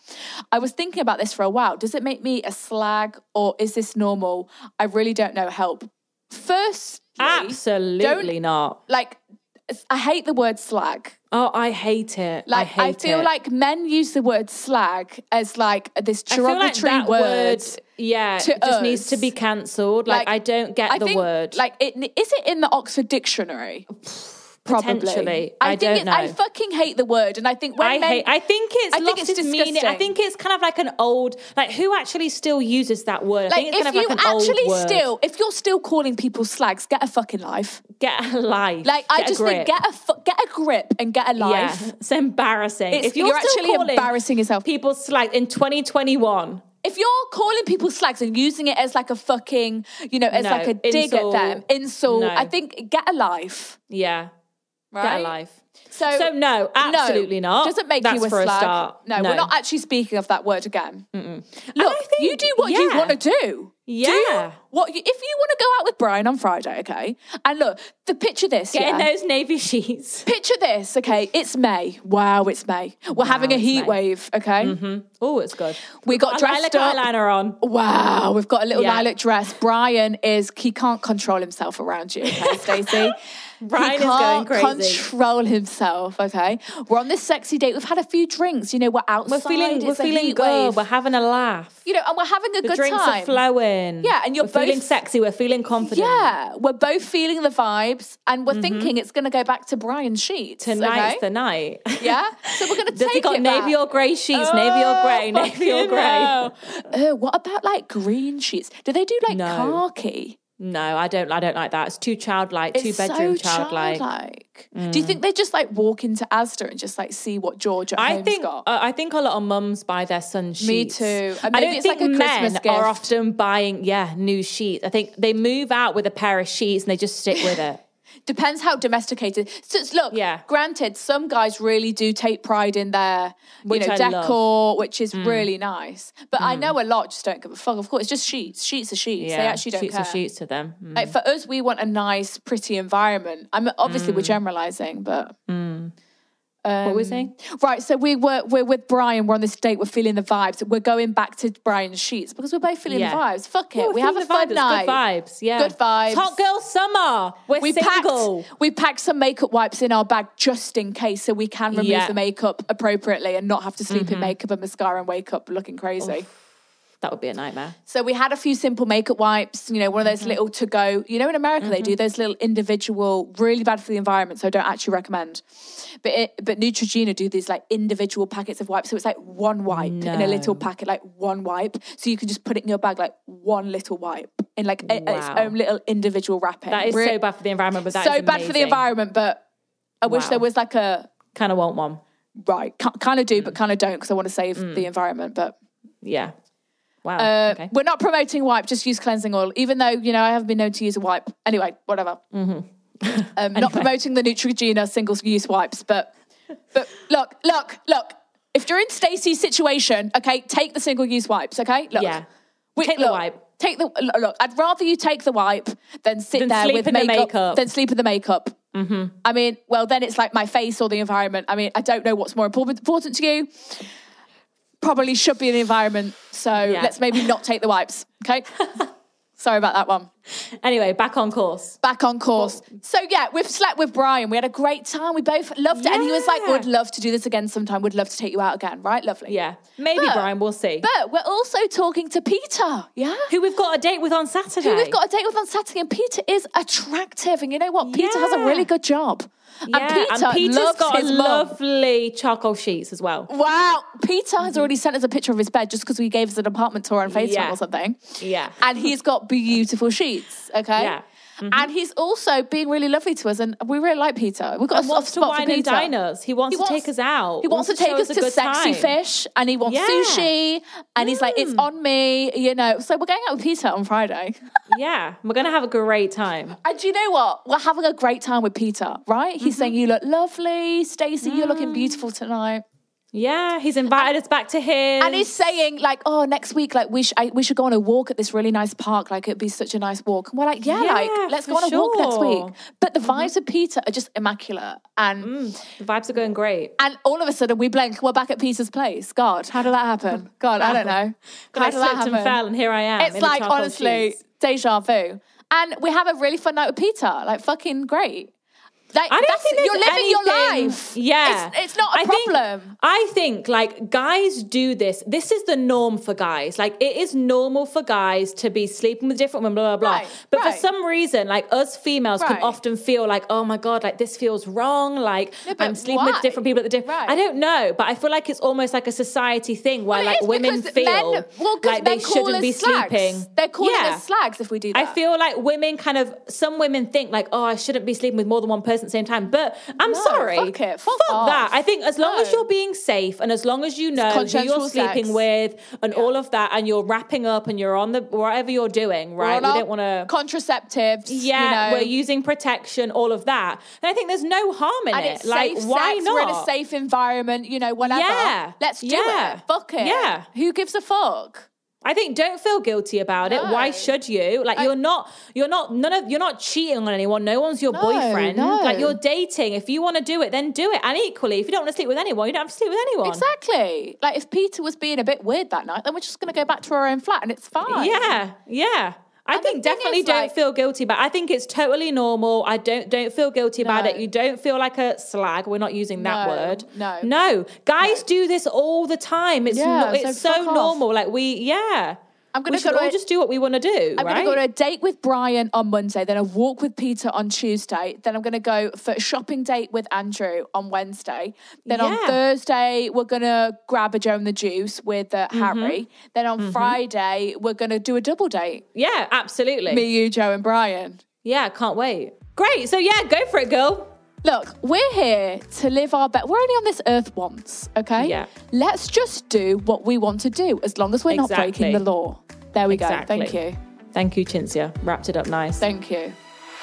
Speaker 3: I was thinking about this for a while. Does it make me a slag or is this normal? I really don't know. Help. First,
Speaker 5: Absolutely not.
Speaker 3: like I hate the word slag.
Speaker 5: Oh, I hate it. I,
Speaker 3: Like I,
Speaker 5: hate
Speaker 3: feel
Speaker 5: it.
Speaker 3: like men use the word slag as like this
Speaker 5: I feel like
Speaker 3: derogatory
Speaker 5: that
Speaker 3: word.
Speaker 5: yeah,
Speaker 3: to
Speaker 5: it just needs
Speaker 3: us.
Speaker 5: to be cancelled. Like, I don't get
Speaker 3: I
Speaker 5: the
Speaker 3: think,
Speaker 5: word.
Speaker 3: Like, it, is it in the Oxford Dictionary? Probably.
Speaker 5: *sighs* Potentially. I
Speaker 3: think
Speaker 5: don't
Speaker 3: it's- I
Speaker 5: know.
Speaker 3: fucking hate the word, and I think when
Speaker 5: I
Speaker 3: men,
Speaker 5: hate. I think it's
Speaker 3: I think
Speaker 5: lost
Speaker 3: it's
Speaker 5: its meaning. I
Speaker 3: disgusting.
Speaker 5: think it's kind of like an old. Like who actually still uses that word?
Speaker 3: like
Speaker 5: I think it's
Speaker 3: if
Speaker 5: kind
Speaker 3: you
Speaker 5: of like an old
Speaker 3: actually
Speaker 5: word.
Speaker 3: still, if you're still calling people slags, get a fucking life.
Speaker 5: get a life.
Speaker 3: Like I
Speaker 5: Get a
Speaker 3: just think
Speaker 5: grip.
Speaker 3: get a fu- get a grip and get a life.
Speaker 5: Yeah, *laughs* it's embarrassing.
Speaker 3: It's-
Speaker 5: if you're,
Speaker 3: you're
Speaker 5: still
Speaker 3: actually
Speaker 5: calling
Speaker 3: embarrassing yourself.
Speaker 5: people slag in 2021.
Speaker 3: If you're calling people slags and using it as like a fucking, you know, as
Speaker 5: No,
Speaker 3: like a dig at
Speaker 5: insult.
Speaker 3: them, insult,
Speaker 5: No.
Speaker 3: I think get a life.
Speaker 5: Yeah,
Speaker 3: Right?
Speaker 5: get a life.
Speaker 3: So,
Speaker 5: So, no, absolutely not.
Speaker 3: Doesn't make
Speaker 5: That's
Speaker 3: you a
Speaker 5: for a
Speaker 3: slag.
Speaker 5: start.
Speaker 3: No,
Speaker 5: No.
Speaker 3: we're not actually speaking of that word again.
Speaker 5: And I
Speaker 3: Look, you
Speaker 5: think-
Speaker 3: do what you
Speaker 5: yeah.
Speaker 3: want to do.
Speaker 5: Yeah.
Speaker 3: Do what you, if you want to go out with Brian on Friday, okay? And look, the picture this.
Speaker 5: Get in
Speaker 3: yeah?
Speaker 5: those navy *laughs* sheets.
Speaker 3: Picture this, okay? It's May. Wow, it's May. We're having a
Speaker 5: it's
Speaker 3: heat
Speaker 5: May.
Speaker 3: wave, okay?
Speaker 5: Oh, it's good.
Speaker 3: We got
Speaker 5: lilac
Speaker 3: dressed up.
Speaker 5: eyeliner on.
Speaker 3: Wow, we've got a little
Speaker 5: Yeah.
Speaker 3: lilac dress. Brian is,
Speaker 5: *laughs*
Speaker 3: he can't control himself around you, okay, Stacey?
Speaker 5: Brian
Speaker 3: he
Speaker 5: is going
Speaker 3: can't
Speaker 5: crazy.
Speaker 3: control himself. Okay, we're on this sexy date. We've had a few drinks. You know, we're outside.
Speaker 5: We're feeling, we're
Speaker 3: it's a
Speaker 5: feeling
Speaker 3: heat
Speaker 5: good.
Speaker 3: wave.
Speaker 5: We're having a laugh.
Speaker 3: you know, and we're having a
Speaker 5: the
Speaker 3: good
Speaker 5: drinks
Speaker 3: time.
Speaker 5: are flowing.
Speaker 3: Yeah, and you're
Speaker 5: we're feeling
Speaker 3: both-
Speaker 5: sexy. We're feeling confident.
Speaker 3: Yeah, we're both feeling the vibes, and we're thinking it's going to go back to Brian Sheets
Speaker 5: Tonight's
Speaker 3: okay?
Speaker 5: Mm-hmm. the night. *laughs*
Speaker 3: Yeah, so we're going to
Speaker 5: Does
Speaker 3: take
Speaker 5: he got
Speaker 3: it
Speaker 5: navy
Speaker 3: back. Oh,
Speaker 5: or grey sheets? navy
Speaker 3: *laughs*
Speaker 5: or grey? Navy or
Speaker 3: fucking
Speaker 5: grey?
Speaker 3: hell. Oh, what about like green sheets? Do they do like
Speaker 5: No.
Speaker 3: khaki?
Speaker 5: No, I don't. I don't like that. It's too childlike. Two
Speaker 3: It's
Speaker 5: bedroom
Speaker 3: so
Speaker 5: childlike. Mm.
Speaker 3: childlike. Do you think they just like walk into Asda and just like see what Georgia
Speaker 5: I
Speaker 3: Home's
Speaker 5: think uh,
Speaker 3: got?
Speaker 5: I think a lot of mums buy their sons
Speaker 3: Me
Speaker 5: sheets.
Speaker 3: too. And
Speaker 5: I
Speaker 3: maybe
Speaker 5: don't
Speaker 3: it's like
Speaker 5: think
Speaker 3: a
Speaker 5: men
Speaker 3: Christmas gift.
Speaker 5: are often buying yeah new sheets. I think they move out with a pair of sheets and they just stick with it.
Speaker 3: Depends how domesticated. So it's- look,
Speaker 5: Yeah.
Speaker 3: granted, some guys really do take pride in their
Speaker 5: Which
Speaker 3: you know
Speaker 5: I love. Mm.
Speaker 3: decor, which is really nice. But I know a lot just don't give a fuck. Of course, it's just sheets. Sheets are sheets.
Speaker 5: Yeah,
Speaker 3: They actually don't
Speaker 5: sheets
Speaker 3: care.
Speaker 5: are sheets to them. Mm.
Speaker 3: Like for us, we want a nice, pretty environment. I'm obviously we're generalizing, but
Speaker 5: Mm.
Speaker 3: um,
Speaker 5: what was he?
Speaker 3: Right, so we were we're with Brian. We're on this date. We're feeling the vibes. We're going back to Brian's sheets because we're both feeling
Speaker 5: Yeah.
Speaker 3: the vibes. Fuck it,
Speaker 5: Yeah,
Speaker 3: we have a fun
Speaker 5: feeling the vibe.
Speaker 3: night.
Speaker 5: It's Good vibes. Yeah.
Speaker 3: Good vibes.
Speaker 5: It's hot girl summer. We're
Speaker 3: We
Speaker 5: single.
Speaker 3: packed we packed some makeup wipes in our bag just in case, so we can remove
Speaker 5: Yeah. Mm-hmm.
Speaker 3: the makeup appropriately and not have to sleep in makeup and mascara and wake up looking crazy.
Speaker 5: That would be a nightmare.
Speaker 3: So we had a few simple makeup wipes, you know, one of
Speaker 5: Mm-hmm.
Speaker 3: those little to go. You know, in America they do those little individual, really bad for the environment. So I don't actually recommend. But it, but Neutrogena do these like individual packets of wipes. So it's like one wipe in a little packet, like one wipe. So you can just put it in your bag, like one little wipe in like a- its
Speaker 5: Wow.
Speaker 3: own little individual wrapping.
Speaker 5: That is
Speaker 3: Re-
Speaker 5: so bad for the environment, but that's
Speaker 3: so bad for the environment. But I wish
Speaker 5: Wow.
Speaker 3: there was like a
Speaker 5: Kind of want one.
Speaker 3: right, kind of do,
Speaker 5: Mm.
Speaker 3: but kind of don't because I want to save the environment. But
Speaker 5: Yeah. Wow.
Speaker 3: uh,
Speaker 5: okay.
Speaker 3: We're not promoting wipe, just use cleansing oil, even though, you know, I have been known to use a wipe. Anyway, whatever.
Speaker 5: Mm-hmm. *laughs*
Speaker 3: Um, Not promoting the Neutrogena single use wipes, but but look, look, look. If you're in Stacey's situation, okay, take the single use wipes, okay? Look.
Speaker 5: Yeah.
Speaker 3: We-
Speaker 5: Take the
Speaker 3: look,
Speaker 5: wipe.
Speaker 3: Take the look, look. I'd rather you take the wipe than sit
Speaker 5: Than
Speaker 3: there
Speaker 5: sleep
Speaker 3: with
Speaker 5: in the
Speaker 3: makeup,
Speaker 5: makeup. Mm-hmm.
Speaker 3: than sleep in the makeup. I mean, well, then it's like my face or the environment. I mean, I don't know what's more important important to you. Probably should be an environment. So
Speaker 5: Yeah.
Speaker 3: let's maybe not take the wipes.
Speaker 5: *laughs*
Speaker 3: Okay. Sorry about that one.
Speaker 5: Anyway, back on course.
Speaker 3: Back on course. So yeah, we've slept with Brian. We had a great time. We both loved it. And he was like,
Speaker 5: Yeah.
Speaker 3: would love to do this again sometime. Would love to take you out again. Right? Lovely.
Speaker 5: Yeah. Maybe
Speaker 3: But-
Speaker 5: Brian, we'll see.
Speaker 3: But we're also talking to Peter. Yeah.
Speaker 5: who we've got a date with on Saturday.
Speaker 3: Who we've got a date with on Saturday, and Peter is attractive. And you know what? Peter has a
Speaker 5: Yeah.
Speaker 3: really good job.
Speaker 5: Yeah,
Speaker 3: and Peter
Speaker 5: Peter's
Speaker 3: loves
Speaker 5: got
Speaker 3: his
Speaker 5: a
Speaker 3: mum.
Speaker 5: lovely charcoal sheets as well.
Speaker 3: Wow. Peter has already sent us a picture of his bed just because we gave us an apartment tour on FaceTime
Speaker 5: Mm-hmm. Yeah.
Speaker 3: or something.
Speaker 5: Yeah.
Speaker 3: And he's got beautiful sheets. Okay.
Speaker 5: Yeah. Mm-hmm.
Speaker 3: And he's also being really lovely to us, and we really like Peter. We've got a soft
Speaker 5: wants to
Speaker 3: spot
Speaker 5: wine
Speaker 3: for
Speaker 5: and
Speaker 3: Peter.
Speaker 5: dine us. He wants to take us out.
Speaker 3: He wants, to take
Speaker 5: show
Speaker 3: us
Speaker 5: a
Speaker 3: to
Speaker 5: good
Speaker 3: Sexy
Speaker 5: time.
Speaker 3: Fish, and he wants
Speaker 5: Yeah. Mm.
Speaker 3: sushi, and he's like, "It's on me," you know. So we're going out with Peter on Friday. *laughs*
Speaker 5: Yeah, we're gonna have a great time.
Speaker 3: And do you know what? We're having a great time with Peter, right?
Speaker 5: Mm-hmm.
Speaker 3: He's saying, You look lovely. Stacey, you're looking
Speaker 5: Mm.
Speaker 3: beautiful tonight.
Speaker 5: Yeah, he's invited us back to his.
Speaker 3: And he's saying, like, oh, next week, like, we, sh- I, we should go on a walk at this really nice park. Like, it'd be such a nice walk. And we're like, yeah,
Speaker 5: Yeah,
Speaker 3: like, let's go
Speaker 5: for
Speaker 3: on a walk next
Speaker 5: sure. Mm-hmm. Mm.
Speaker 3: week. But the vibes of Peter are just immaculate. And
Speaker 5: the vibes are going great.
Speaker 3: and all of a sudden, we blink. We're back at Peter's place. God, how did that
Speaker 5: *laughs*
Speaker 3: happen? God, I don't know.
Speaker 5: But I
Speaker 3: How did that
Speaker 5: slipped and
Speaker 3: happen?
Speaker 5: fell, and here I am.
Speaker 3: It's
Speaker 5: in the
Speaker 3: like
Speaker 5: charcoal
Speaker 3: honestly
Speaker 5: sheets.
Speaker 3: deja vu, and we have a really fun night with Peter. Like fucking great. Like,
Speaker 5: I don't
Speaker 3: that's,
Speaker 5: think there's
Speaker 3: you're living your
Speaker 5: anything-
Speaker 3: life.
Speaker 5: Yeah,
Speaker 3: it's, it's not a
Speaker 5: I think-
Speaker 3: problem.
Speaker 5: I think like guys do this. This is the norm for guys. Like it is normal for guys to be sleeping with different women, blah blah blah.
Speaker 3: Right,
Speaker 5: but
Speaker 3: right.
Speaker 5: for some reason, like us females can
Speaker 3: Right.
Speaker 5: often feel like, oh my god, like this feels wrong. Like
Speaker 3: but
Speaker 5: I'm sleeping
Speaker 3: why?
Speaker 5: with different people at the different.
Speaker 3: Right.
Speaker 5: I don't know, but I feel like it's almost like a society thing where
Speaker 3: Well, it
Speaker 5: like
Speaker 3: is
Speaker 5: women
Speaker 3: because
Speaker 5: feel
Speaker 3: men- well, 'cause
Speaker 5: like they
Speaker 3: men call
Speaker 5: shouldn't
Speaker 3: us
Speaker 5: be
Speaker 3: slags.
Speaker 5: sleeping.
Speaker 3: They're calling
Speaker 5: Yeah.
Speaker 3: us slags if we do
Speaker 5: I
Speaker 3: that.
Speaker 5: feel like women kind of some women think like, oh, I shouldn't be sleeping with more than one person at the same time. But I'm
Speaker 3: No,
Speaker 5: sorry,
Speaker 3: fuck it. Fuck off.
Speaker 5: that. I think as long as
Speaker 3: No.
Speaker 5: you're being safe and as long as you know who
Speaker 3: consensual
Speaker 5: you're sleeping
Speaker 3: sex.
Speaker 5: with and all of that, and you're wrapping up and you're on the whatever you're doing,
Speaker 3: We're
Speaker 5: right?
Speaker 3: on
Speaker 5: We
Speaker 3: our
Speaker 5: don't want to.
Speaker 3: contraceptives.
Speaker 5: yeah,
Speaker 3: you know,
Speaker 5: we're using protection, all of that. And I think there's no harm in
Speaker 3: and
Speaker 5: it.
Speaker 3: it's
Speaker 5: like,
Speaker 3: safe
Speaker 5: why
Speaker 3: sex.
Speaker 5: not?
Speaker 3: We're in a safe environment. You know, whatever.
Speaker 5: Yeah.
Speaker 3: let's do
Speaker 5: Yeah.
Speaker 3: it. Fuck it.
Speaker 5: Yeah.
Speaker 3: who gives a fuck?
Speaker 5: I think don't feel guilty about it. Why
Speaker 3: No.
Speaker 5: should you? Like
Speaker 3: I-
Speaker 5: you're not you're not none of you're not cheating on anyone. No one's your
Speaker 3: No,
Speaker 5: boyfriend.
Speaker 3: no.
Speaker 5: Like you're dating. If you want to do it, then do it. And equally, if you don't want to sleep with anyone, you don't have to sleep with anyone.
Speaker 3: Exactly. Like if Peter was being a bit weird that night, then we're just gonna go back to our own flat and it's fine.
Speaker 5: Yeah. Yeah. I
Speaker 3: And the
Speaker 5: think
Speaker 3: thing
Speaker 5: definitely
Speaker 3: is,
Speaker 5: don't
Speaker 3: like-
Speaker 5: feel guilty about. I think it's totally normal. I don't don't feel guilty about
Speaker 3: No.
Speaker 5: it. You don't feel like a slag. We're not using that
Speaker 3: No,
Speaker 5: word.
Speaker 3: no.
Speaker 5: no. Guys do this all the time. It's
Speaker 3: Yeah,
Speaker 5: no, it's
Speaker 3: so
Speaker 5: so,
Speaker 3: fuck off.
Speaker 5: normal. Like we, yeah.
Speaker 3: I'm gonna
Speaker 5: we
Speaker 3: go
Speaker 5: should
Speaker 3: to
Speaker 5: all
Speaker 3: a-
Speaker 5: just do what we want to do.
Speaker 3: I'm
Speaker 5: right?
Speaker 3: going to go to a date with Brian on Monday, then a walk with Peter on Tuesday, then I'm going to go for a shopping date with Andrew on Wednesday. Then on
Speaker 5: Yeah.
Speaker 3: Thursday, we're going to grab a Joe and the Juice with uh,
Speaker 5: Mm-hmm.
Speaker 3: Harry. Then on Friday, we're going to do a double date.
Speaker 5: yeah, absolutely.
Speaker 3: Me, you, Joe, and Brian.
Speaker 5: Yeah, can't wait. Great. So yeah, go for it, girl.
Speaker 3: Look, we're here to live our best. We're only on this earth once, okay?
Speaker 5: Yeah.
Speaker 3: Let's just do what we want to do as long as we're not breaking
Speaker 5: Exactly.
Speaker 3: the law. There we
Speaker 5: Exactly.
Speaker 3: go. Thank you.
Speaker 5: Thank you, Cinzia. Wrapped it up nice.
Speaker 3: Thank you.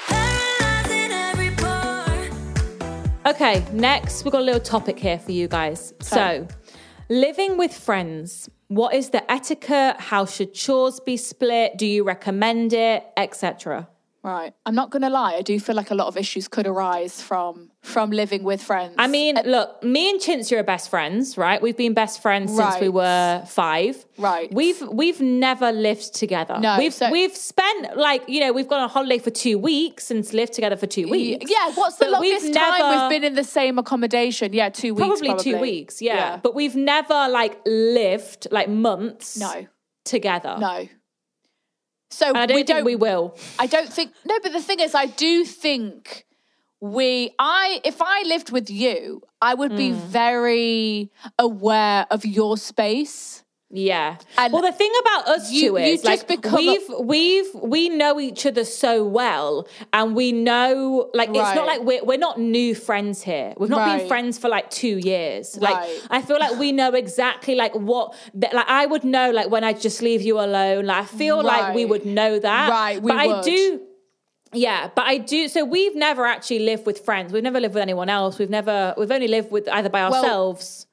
Speaker 2: Paralyzed in every pore.
Speaker 5: Okay, next we've got a little topic here for you guys. So, living with friends. What is the etiquette? How should chores be split? Do you recommend it, etc.?
Speaker 3: Right. I'm not going to lie. I do feel like a lot of issues could arise from from living with friends.
Speaker 5: I mean, look, me and Chintzy are best friends, right? We've been best friends since we
Speaker 3: Right.
Speaker 5: were five.
Speaker 3: Right.
Speaker 5: We've we've never lived together.
Speaker 3: No,
Speaker 5: We've
Speaker 3: so-
Speaker 5: we've spent like you know we've gone on holiday for two weeks and lived together for two
Speaker 3: Y-
Speaker 5: weeks.
Speaker 3: yeah. What's the
Speaker 5: But we've
Speaker 3: longest time
Speaker 5: never-
Speaker 3: we've been in the same accommodation? Yeah, two weeks. Probably,
Speaker 5: Probably, two weeks, yeah. But we've never like lived like months
Speaker 3: no,
Speaker 5: together.
Speaker 3: no. So
Speaker 5: Oh. And I don't
Speaker 3: we
Speaker 5: think we will.
Speaker 3: I don't think no, but the thing is, I do think we. I if I lived with you, I would be
Speaker 5: Hmm.
Speaker 3: very aware of your space.
Speaker 5: Yeah.
Speaker 3: And
Speaker 5: well, the thing about us
Speaker 3: you- you
Speaker 5: two is
Speaker 3: just
Speaker 5: like
Speaker 3: become a-
Speaker 5: we've we've we know each other so well, and we know like it's
Speaker 3: Right.
Speaker 5: not like we're we're not new friends here. We've not
Speaker 3: Right.
Speaker 5: been friends for like two years. Like
Speaker 3: Right.
Speaker 5: I feel like we know exactly like what that like I would know like when I just leave you alone. Like I feel like we
Speaker 3: Right.
Speaker 5: would know that.
Speaker 3: Right, we
Speaker 5: but I
Speaker 3: would.
Speaker 5: do yeah, but I do. So we've never actually lived with friends. We've never lived with anyone else. We've never. We've only lived with either by ourselves.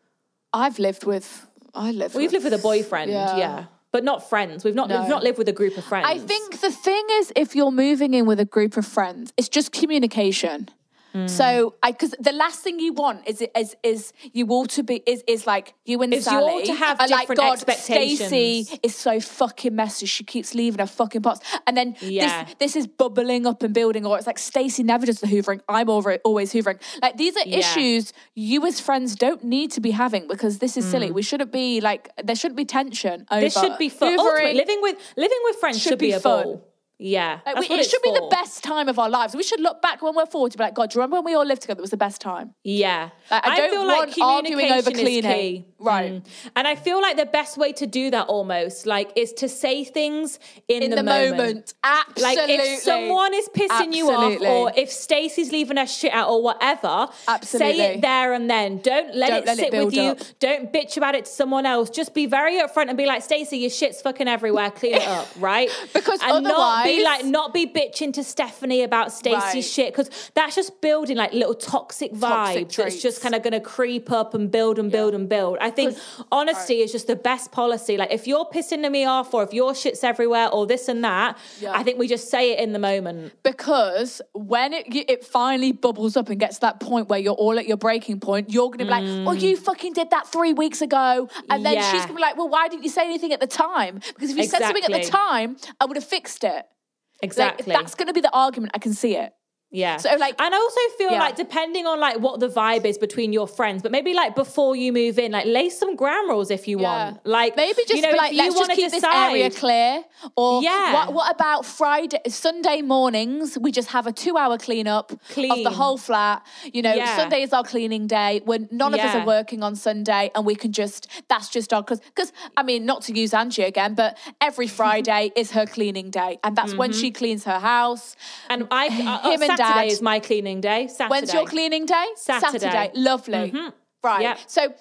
Speaker 3: I've lived with. I lived.
Speaker 5: We've lived with a boyfriend, yeah.
Speaker 3: Yeah.
Speaker 5: But not friends. We've not
Speaker 3: No.
Speaker 5: we've not lived with a group of friends.
Speaker 3: I think the thing is, if you're moving in with a group of friends, it's just communication.
Speaker 5: Hmm.
Speaker 3: So, I because the last thing you want is is is you all to be is is like you and
Speaker 5: Is you all
Speaker 3: Sally
Speaker 5: to have
Speaker 3: are
Speaker 5: different
Speaker 3: like, God,
Speaker 5: expectations."
Speaker 3: Stacey is so fucking messy. She keeps leaving her fucking pots, and then
Speaker 5: Yeah.
Speaker 3: this this is bubbling up and building. Or it's like Stacey never does the hoovering. I'm over always hoovering. Like these are
Speaker 5: Yeah.
Speaker 3: issues you as friends don't need to be having because this is silly. We shouldn't be like there shouldn't be tension over
Speaker 5: Hmm. this should be fun. Ultimately,
Speaker 3: hoovering.
Speaker 5: living with living with friends should,
Speaker 3: should
Speaker 5: be,
Speaker 3: be
Speaker 5: a
Speaker 3: fun.
Speaker 5: ball. Yeah,
Speaker 3: Like,
Speaker 5: that's
Speaker 3: we,
Speaker 5: what
Speaker 3: it
Speaker 5: it's
Speaker 3: should be the
Speaker 5: for.
Speaker 3: best time of our lives. We should look back when we're 40 be like, God, do you remember when we all lived together? It was the best time.
Speaker 5: Yeah,
Speaker 3: Like, I don't want arguing over
Speaker 5: communication is
Speaker 3: cleaning.
Speaker 5: key. Mm.
Speaker 3: Right.
Speaker 5: and I feel like the best way to do that almost like is to say things in,
Speaker 3: In the moment.
Speaker 5: Like
Speaker 3: Absolutely.
Speaker 5: if someone is pissing you off,
Speaker 3: Absolutely.
Speaker 5: or if Stacey's leaving her shit out, or whatever, say
Speaker 3: Absolutely.
Speaker 5: it there and then. Don't let
Speaker 3: Don't
Speaker 5: it
Speaker 3: let it
Speaker 5: sit with
Speaker 3: build
Speaker 5: you.
Speaker 3: up.
Speaker 5: Don't bitch about it to someone else. Just be very upfront and be like, Stacey, your shit's fucking everywhere. Clean
Speaker 3: *laughs*
Speaker 5: it up, right?
Speaker 3: Because
Speaker 5: and not be
Speaker 3: otherwise-
Speaker 5: like, not be bitching to Stephanie about Stacey's
Speaker 3: Right.
Speaker 5: shit because that's just building like little toxic vibes.
Speaker 3: Toxic
Speaker 5: that's just
Speaker 3: traits.
Speaker 5: kind of going to creep up and build and build and build. I think honesty is just the best policy. Like if you're pissing me off or if your shit's everywhere or this and that, I think we just say it in the moment.
Speaker 3: Because when it you- it finally bubbles up and gets to that point where you're all at your breaking point, you're going to be like, well, you fucking did that three weeks ago. And then
Speaker 5: Mm. Yeah.
Speaker 3: she's going to be like, well, why didn't you say anything at the time? Because if you said something at the
Speaker 5: Exactly.
Speaker 3: time, I would have fixed it. Like,
Speaker 5: Exactly.
Speaker 3: that's going to be the argument. I can see it.
Speaker 5: Yeah.
Speaker 3: So, like-
Speaker 5: and I also feel
Speaker 3: Yeah.
Speaker 5: like depending on like what the vibe is between your friends, but maybe like before you move in, like lay some ground rules if you
Speaker 3: Yeah.
Speaker 5: want. Like
Speaker 3: maybe just
Speaker 5: you know,
Speaker 3: be
Speaker 5: if
Speaker 3: like
Speaker 5: you
Speaker 3: let's just
Speaker 5: wanna
Speaker 3: keep this area
Speaker 5: decide-
Speaker 3: clear. Or
Speaker 5: Yeah.
Speaker 3: what, what about Friday, Sunday mornings? We just have a two-hour cleanup of
Speaker 5: Clean.
Speaker 3: the whole flat. You know,
Speaker 5: Yeah.
Speaker 3: Sunday is our cleaning day when none of us
Speaker 5: Yeah.
Speaker 3: are working on Sunday, and we can just that's just our because because I mean not to use Angie again, but
Speaker 5: *laughs*
Speaker 3: every Friday is her cleaning day, and that's when
Speaker 5: Mm-hmm.
Speaker 3: she cleans her house.
Speaker 5: And I, uh,
Speaker 3: Him and
Speaker 5: Saturday
Speaker 3: Dad.
Speaker 5: is my cleaning day. Saturday.
Speaker 3: When's your cleaning day?
Speaker 5: Saturday. Mm-hmm.
Speaker 3: Lovely. Right.
Speaker 5: Yep.
Speaker 3: So,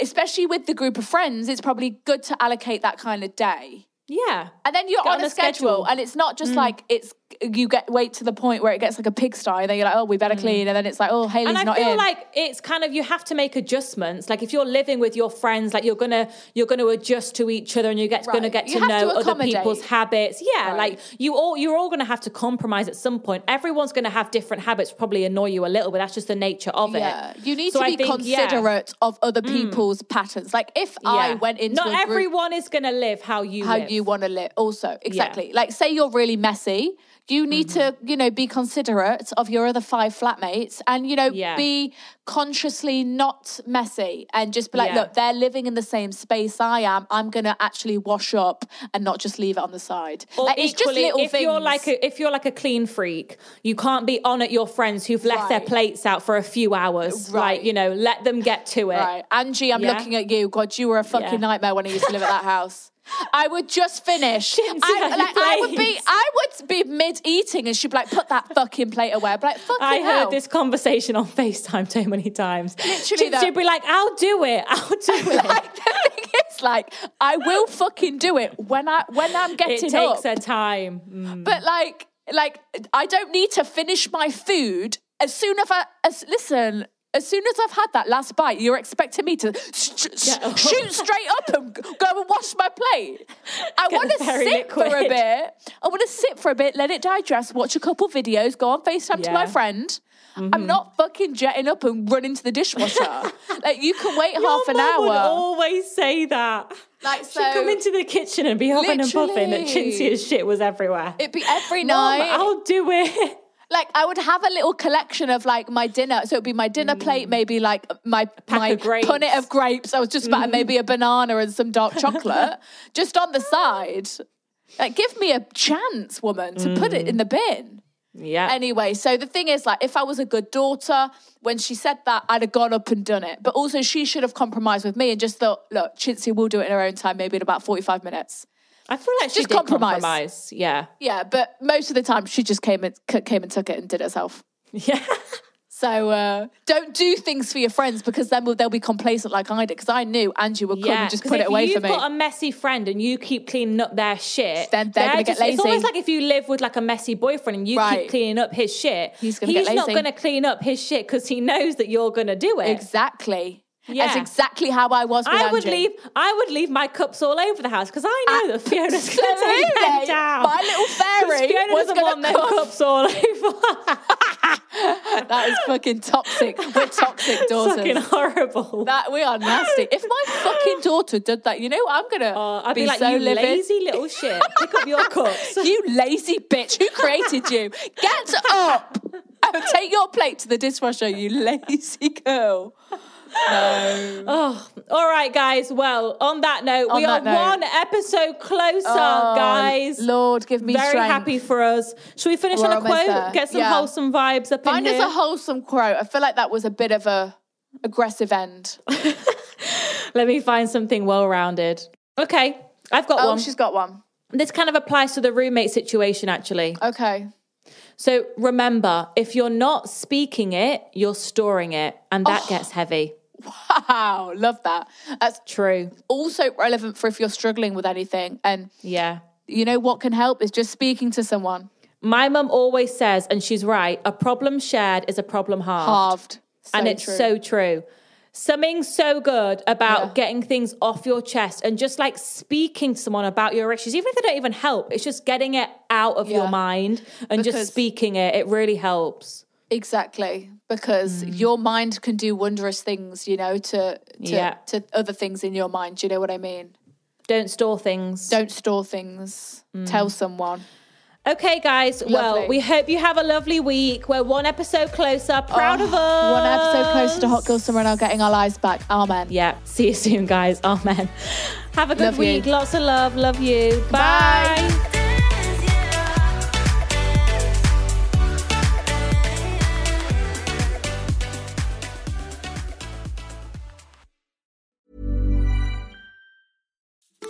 Speaker 3: especially with the group of friends, it's probably good to allocate that kind of day.
Speaker 5: Yeah.
Speaker 3: And then you're
Speaker 5: Get Mm.
Speaker 3: on, a schedule, and it's not just like it's you get wait to the point where it gets like a pigsty, and then you're like, oh, we better clean, and then it's like, oh, Haley's
Speaker 5: Mm. and I
Speaker 3: not
Speaker 5: feel
Speaker 3: in.
Speaker 5: like it's kind of you have to make adjustments. Like if you're living with your friends, like you're gonna you're gonna adjust to each other, and you're get, gonna
Speaker 3: Right.
Speaker 5: get
Speaker 3: You
Speaker 5: to
Speaker 3: have
Speaker 5: know
Speaker 3: to
Speaker 5: other people's
Speaker 3: accommodate.
Speaker 5: habits. Yeah,
Speaker 3: Right.
Speaker 5: like you all you're all gonna have to compromise at some point. Everyone's gonna have different habits, probably annoy you a little, but that's just the nature of
Speaker 3: yeah,
Speaker 5: it.
Speaker 3: you need
Speaker 5: So
Speaker 3: to be
Speaker 5: I think, yeah. Mm.
Speaker 3: considerate of other people's patterns. Like if I
Speaker 5: Yeah.
Speaker 3: went into
Speaker 5: not
Speaker 3: a group-
Speaker 5: everyone is gonna live how you
Speaker 3: how
Speaker 5: live.
Speaker 3: you want to live. Also, exactly. Like, say you're really messy, you need to,
Speaker 5: Mm-hmm.
Speaker 3: you know, be considerate of your other five flatmates, and you know,
Speaker 5: Yeah.
Speaker 3: be consciously not messy, and just be like,
Speaker 5: Yeah.
Speaker 3: look, they're living in the same space I am. I'm gonna actually wash up and not just leave it on the side.
Speaker 5: Or
Speaker 3: like, it's just
Speaker 5: equally,
Speaker 3: little
Speaker 5: if
Speaker 3: things.
Speaker 5: you're like a, if you're like a clean freak, you can't be on at your friends who've left their
Speaker 3: Right.
Speaker 5: plates out for a few hours.
Speaker 3: Right.
Speaker 5: Like you know, let them get to it.
Speaker 3: Right, Angie, I'm
Speaker 5: Yeah.
Speaker 3: looking at you. God, you were a fucking
Speaker 5: Yeah.
Speaker 3: nightmare when I used to live at that
Speaker 5: *laughs*
Speaker 3: house. I would just finish.
Speaker 5: on
Speaker 3: I,
Speaker 5: your
Speaker 3: like, I would be,
Speaker 5: plates.
Speaker 3: I would be mid eating, and she'd be like, "Put that fucking plate away." I'd be like, "Fucking
Speaker 5: I
Speaker 3: hell."
Speaker 5: heard this conversation on *laughs* FaceTime so many times.
Speaker 3: Literally
Speaker 5: She-
Speaker 3: that-
Speaker 5: she'd be like, "I'll do it. *laughs* I'll do
Speaker 3: *laughs* *laughs*
Speaker 5: it."
Speaker 3: like the thing is like I will fucking do it when I when I'm
Speaker 5: it
Speaker 3: getting up.
Speaker 5: takes her time. Mm.
Speaker 3: but like like I don't need to finish my food as soon as I as listen. As soon as I've had that last bite, you're expecting me to sh- sh-
Speaker 5: Get up.
Speaker 3: shoot straight up and g- go and wash my plate. I
Speaker 5: Get
Speaker 3: want
Speaker 5: the
Speaker 3: to
Speaker 5: fairy
Speaker 3: sit for a
Speaker 5: liquid.
Speaker 3: bit. I want to sit for a bit, let it digest, watch a couple videos, go on FaceTime to my
Speaker 5: Yeah. Mm-hmm.
Speaker 3: friend. I'm not fucking jetting up and running to the
Speaker 5: *laughs*
Speaker 3: dishwasher. like you can wait
Speaker 5: Your
Speaker 3: half an
Speaker 5: mum
Speaker 3: hour.
Speaker 5: would always say that.
Speaker 3: Like,
Speaker 5: she'd come
Speaker 3: so-
Speaker 5: into the kitchen and be having a muffin that chintzia's shit was everywhere.
Speaker 3: It'd be every
Speaker 5: Mum,
Speaker 3: night.
Speaker 5: I'll do it. *laughs*
Speaker 3: like I would have a little collection of like my dinner. So it'd be my dinner plate, maybe like my my
Speaker 5: Mm. of grapes. Mm.
Speaker 3: punnet of grapes. I was just about maybe a banana and some
Speaker 5: *laughs*
Speaker 3: dark chocolate, just on the side. Like, give me a chance, woman, to put it in the bin.
Speaker 5: Mm. Yeah.
Speaker 3: Anyway, so the thing is, like, if I was a good daughter, when she said that, I'd have gone up and done it. But also, she should have compromised with me and just thought, look, Chintzy will do it in her own time, maybe in about forty-five minutes.
Speaker 5: I feel like she
Speaker 3: Just
Speaker 5: did
Speaker 3: compromise.
Speaker 5: compromise. Yeah. *laughs*
Speaker 3: Yeah, but most of the time, she just came and c- came and took it and did it herself.
Speaker 5: Yeah.
Speaker 3: So uh, don't do things for your friends because then they'll be complacent like I did. Because I knew Angie would come
Speaker 5: Yeah,
Speaker 3: and just
Speaker 5: 'cause
Speaker 3: put it
Speaker 5: if
Speaker 3: away for me.
Speaker 5: You've got a messy friend and you keep cleaning up their shit.
Speaker 3: Then they're gonna get
Speaker 5: It's almost
Speaker 3: lazy.
Speaker 5: like if you live with like a messy boyfriend and you
Speaker 3: Right.
Speaker 5: keep cleaning up his shit.
Speaker 3: He's gonna get
Speaker 5: not
Speaker 3: lazy.
Speaker 5: going to clean up his shit because he knows that you're going to do it.
Speaker 3: exactly. That's
Speaker 5: Yeah.
Speaker 3: exactly how I was with
Speaker 5: I
Speaker 3: Angie. Ah,
Speaker 5: would leave. I would leave my cups all over the house because I know that Fiona's going to take them
Speaker 3: *laughs* Absolutely.
Speaker 5: down.
Speaker 3: My little fairy
Speaker 5: 'Cause Fiona
Speaker 3: was
Speaker 5: doesn't
Speaker 3: gonna
Speaker 5: want their
Speaker 3: come.
Speaker 5: cups all *laughs* over.
Speaker 3: That is fucking
Speaker 5: *laughs*
Speaker 3: toxic. We're toxic
Speaker 5: Fucking
Speaker 3: daughters.
Speaker 5: horrible.
Speaker 3: That we are nasty. If my fucking daughter did that, you know what? I'm gonna
Speaker 5: Uh, I'd be,
Speaker 3: be,
Speaker 5: like,
Speaker 3: so
Speaker 5: you
Speaker 3: livid.
Speaker 5: lazy little shit. Pick
Speaker 3: *laughs*
Speaker 5: up your cups.
Speaker 3: You lazy bitch. Who created you? Get
Speaker 5: *laughs*
Speaker 3: up and take your plate to the dishwasher. You lazy girl.
Speaker 5: Oh, all right, guys. Well, on that note,
Speaker 3: On
Speaker 5: we are
Speaker 3: that note. Oh,
Speaker 5: one episode closer, guys.
Speaker 3: Lord, give me
Speaker 5: Very
Speaker 3: strength.
Speaker 5: happy for us. Should we finish
Speaker 3: We're
Speaker 5: on a
Speaker 3: almost
Speaker 5: quote?
Speaker 3: there.
Speaker 5: Get some
Speaker 3: Yeah.
Speaker 5: wholesome vibes up
Speaker 3: Mine
Speaker 5: in
Speaker 3: is
Speaker 5: here.
Speaker 3: a wholesome quote. I feel like that was a bit of a aggressive
Speaker 5: *laughs*
Speaker 3: end.
Speaker 5: Let me find something well-rounded. Okay, I've got
Speaker 3: Oh,
Speaker 5: one.
Speaker 3: she's got one.
Speaker 5: This kind of applies to the roommate situation, actually.
Speaker 3: Okay.
Speaker 5: So remember, if you're not speaking it, you're storing it, and
Speaker 3: Oh.
Speaker 5: that gets heavy.
Speaker 3: Wow, love that. That's
Speaker 5: True.
Speaker 3: also relevant for if you're struggling with anything. And
Speaker 5: Yeah.
Speaker 3: you know what can help is just speaking to someone.
Speaker 5: My mum always says, and she's right: a problem shared is a problem
Speaker 3: Halved. So
Speaker 5: and it's
Speaker 3: true.
Speaker 5: so true. Something so good about
Speaker 3: Yeah.
Speaker 5: getting things off your chest and just like speaking to someone about your issues, even if they don't even help, it's just getting it out of
Speaker 3: Yeah.
Speaker 5: your mind and
Speaker 3: Because-
Speaker 5: just speaking it. It really helps.
Speaker 3: Exactly, because
Speaker 5: Mm.
Speaker 3: your mind can do wondrous things, you know, to to,
Speaker 5: Yeah.
Speaker 3: to other things in your mind. Do you know what I mean?
Speaker 5: Don't store things.
Speaker 3: Don't store things.
Speaker 5: Mm.
Speaker 3: Tell someone.
Speaker 5: Okay, guys.
Speaker 3: Lovely.
Speaker 5: Well, we hope you have a lovely week. We're one episode closer. Proud of us.
Speaker 3: Oh, One episode closer to Hot Girl Summer and I'm getting our lives back. Amen.
Speaker 5: Yeah. See you soon, guys. Amen. Have a good
Speaker 3: Love you.
Speaker 5: week. Lots of love. Love you.
Speaker 3: Bye.
Speaker 5: Bye.